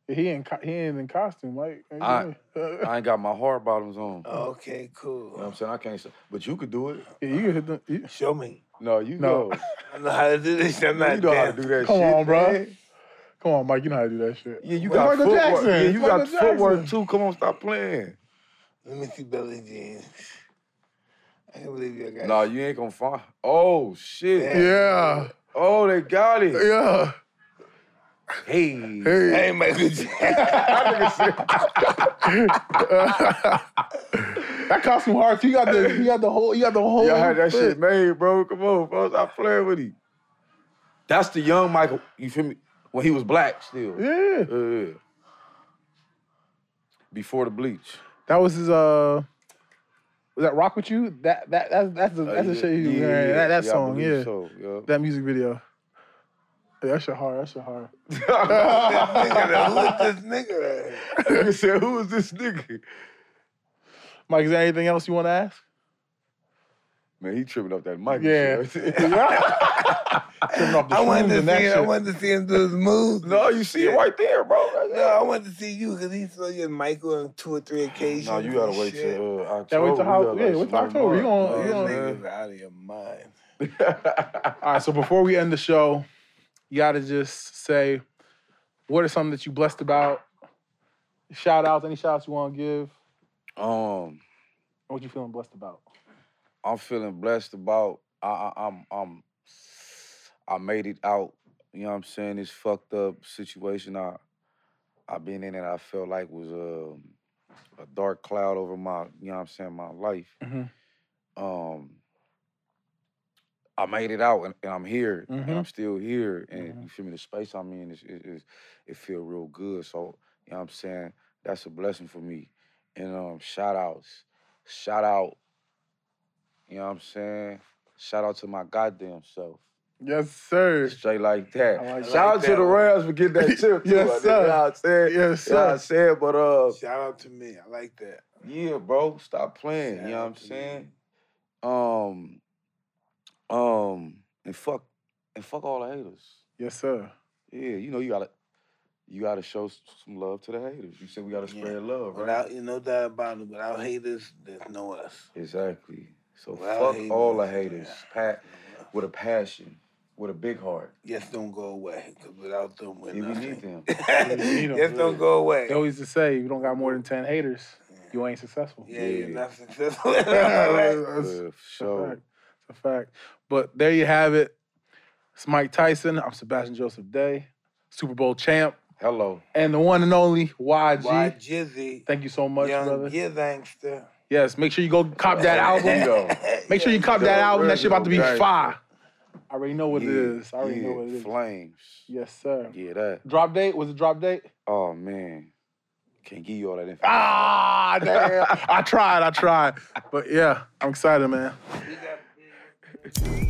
S2: he in co- he ain't in costume, like.
S3: I- I ain't got my hard bottoms on.
S2: Uh,
S4: Okay,
S3: You know what I'm
S4: cool.
S3: saying? I can't say, but you could do it.
S2: Yeah, you can hit the. you-
S4: Show me.
S3: No, you
S2: No.
S3: know.
S4: I know how to do this. I'm not
S3: you know how to
S4: dancing.
S3: do that
S2: Come
S3: shit.
S2: on, bro.
S3: man.
S2: Come on, Mike. You know how to do that shit.
S3: Yeah, you
S2: Where's
S3: got
S2: Michael
S3: footwork.
S2: Jackson.
S3: Yeah, you
S2: It's
S3: got
S2: Michael
S3: footwork
S2: Jackson.
S3: too. Come on, stop playing.
S4: Let me see Billy Jean. I can't believe you guys.
S3: No, you ain't gonna find. Oh shit.
S4: Yeah.
S2: Yeah,
S3: Oh, they got it.
S2: yeah.
S3: Hey.
S2: Hey,
S4: Hey, Michael Jackson.
S2: that costume hard. too. You got the you got the whole you got the whole.
S3: Y'all had that
S2: thing.
S3: shit made, bro. Come on, bro. Stop playing with him. That's the young Michael. You feel me? When he was black still.
S2: Yeah,
S3: Yeah. Before the bleach.
S2: that was his. uh Was that rock with you? That that that's that's the
S3: Uh,
S2: that's the
S3: yeah,
S2: shit he was
S3: yeah,
S2: wearing.
S3: yeah,
S2: That, that
S3: yeah, I
S2: song,
S3: believe
S2: yeah.
S3: So, yeah.
S2: That music video. Yeah, that shit hard. That shit hard.
S4: nigga, who is this nigga? right here?
S3: Nigga said, "Who is this nigga?"
S2: Mike, is there anything else you want to ask?
S3: Man, he tripping up that mic.
S2: Yeah. Tripping off the
S4: I wanted
S2: shrooms
S4: to
S2: and that
S4: see. I
S3: uh,
S2: shit.
S4: wanted to see him do his moves.
S3: no, you see it right there, bro.
S4: No, I wanted to see you because he saw you and Michael on two or three occasions.
S3: No, you gotta
S4: and
S3: wait
S4: shit.
S3: till uh,
S2: till
S3: October.
S2: how-
S3: gotta,
S2: yeah, wait till
S3: slow
S2: October. You
S3: mo-
S2: gonna-
S4: Oh,
S2: you
S4: you
S3: know what
S2: gonna-
S3: I'm
S4: niggas out of your mind.
S3: saying?
S2: All right, so before we end the show, you gotta just say what are something that you blessed about? Shout outs, any shout outs you wanna give?
S3: Um,
S2: What you feeling blessed about?
S3: I'm feeling blessed about. I, I, I'm, I'm, I made it out. You know what I'm saying? This fucked up situation I, I been in that I felt like was a, a dark cloud over my, you know what I'm saying, my life.
S2: Mhm.
S3: Um, I made it out and, and I'm here and I'm still here and
S2: Mhm.
S3: you feel me? The space I'm in is, is, is it feel real good. So you know what I'm saying? That's a blessing for me. And um, shout outs, shout out. You know what I'm saying? Shout out to my goddamn self.
S2: Yes, sir.
S3: Straight like that.
S2: I like
S3: shout
S4: that.
S3: out to
S4: Like
S3: the
S4: that one.
S3: Rams for getting that chip too.
S2: Yes,
S3: I think,
S2: sir.
S3: You know what I'm saying?
S2: Yes,
S3: You know what I'm
S2: sir.
S3: saying? But uh,
S4: Shout out to me. I like that.
S3: yeah, bro, stop playing.
S4: Shout
S3: you know what
S4: out
S3: I'm
S4: to me.
S3: saying? Um, um, and fuck, and fuck all the haters.
S2: Yes, sir.
S3: Yeah, you know you gotta, you gotta show s- some love to the haters. You said we gotta
S4: Yeah.
S3: spread love, right?
S4: Without you, no doubt about it. Without haters, there's no us.
S3: Exactly. So
S4: Without
S3: fuck
S4: haters,
S3: all the
S4: yeah.
S3: haters. Pat with a passion, with a big heart.
S4: Yes, don't go away. 'cause without them, we're
S3: Yeah, we
S4: nothing.
S3: need them.
S2: need 'em.
S4: yes, don't go away.
S2: They always just say, you don't got more than 10 haters, you ain't successful.
S4: Yeah,
S3: Yeah.
S4: you're not successful. Right.
S2: That's-
S3: Yeah, for
S2: It's a fact.
S3: sure.
S2: It's a fact. But there you have it. It's Mike Tyson. I'm Sebastian Joseph Day, Super Bowl champ,
S3: Hello.
S2: and the one and only YG.
S4: Why Jizzy,
S2: Thank you so much,
S4: young
S2: brother.
S4: yeah, gangster.
S2: Yes, make sure you go cop that album.
S3: Yo.
S2: Make sure you cop
S3: Yo,
S2: that album.
S3: real
S2: That shit about to be
S3: gangsta.
S2: fire.
S4: I already know what it
S3: Yeah,
S4: is. I already know
S3: yeah,
S4: what it is.
S3: Flames.
S4: Yes, sir.
S3: Yeah, that.
S4: Drop date? Was it drop date?
S3: Oh man, can't give you all that information.
S4: Ah, damn. I tried, I tried. But yeah, I'm excited, man.
S6: We got.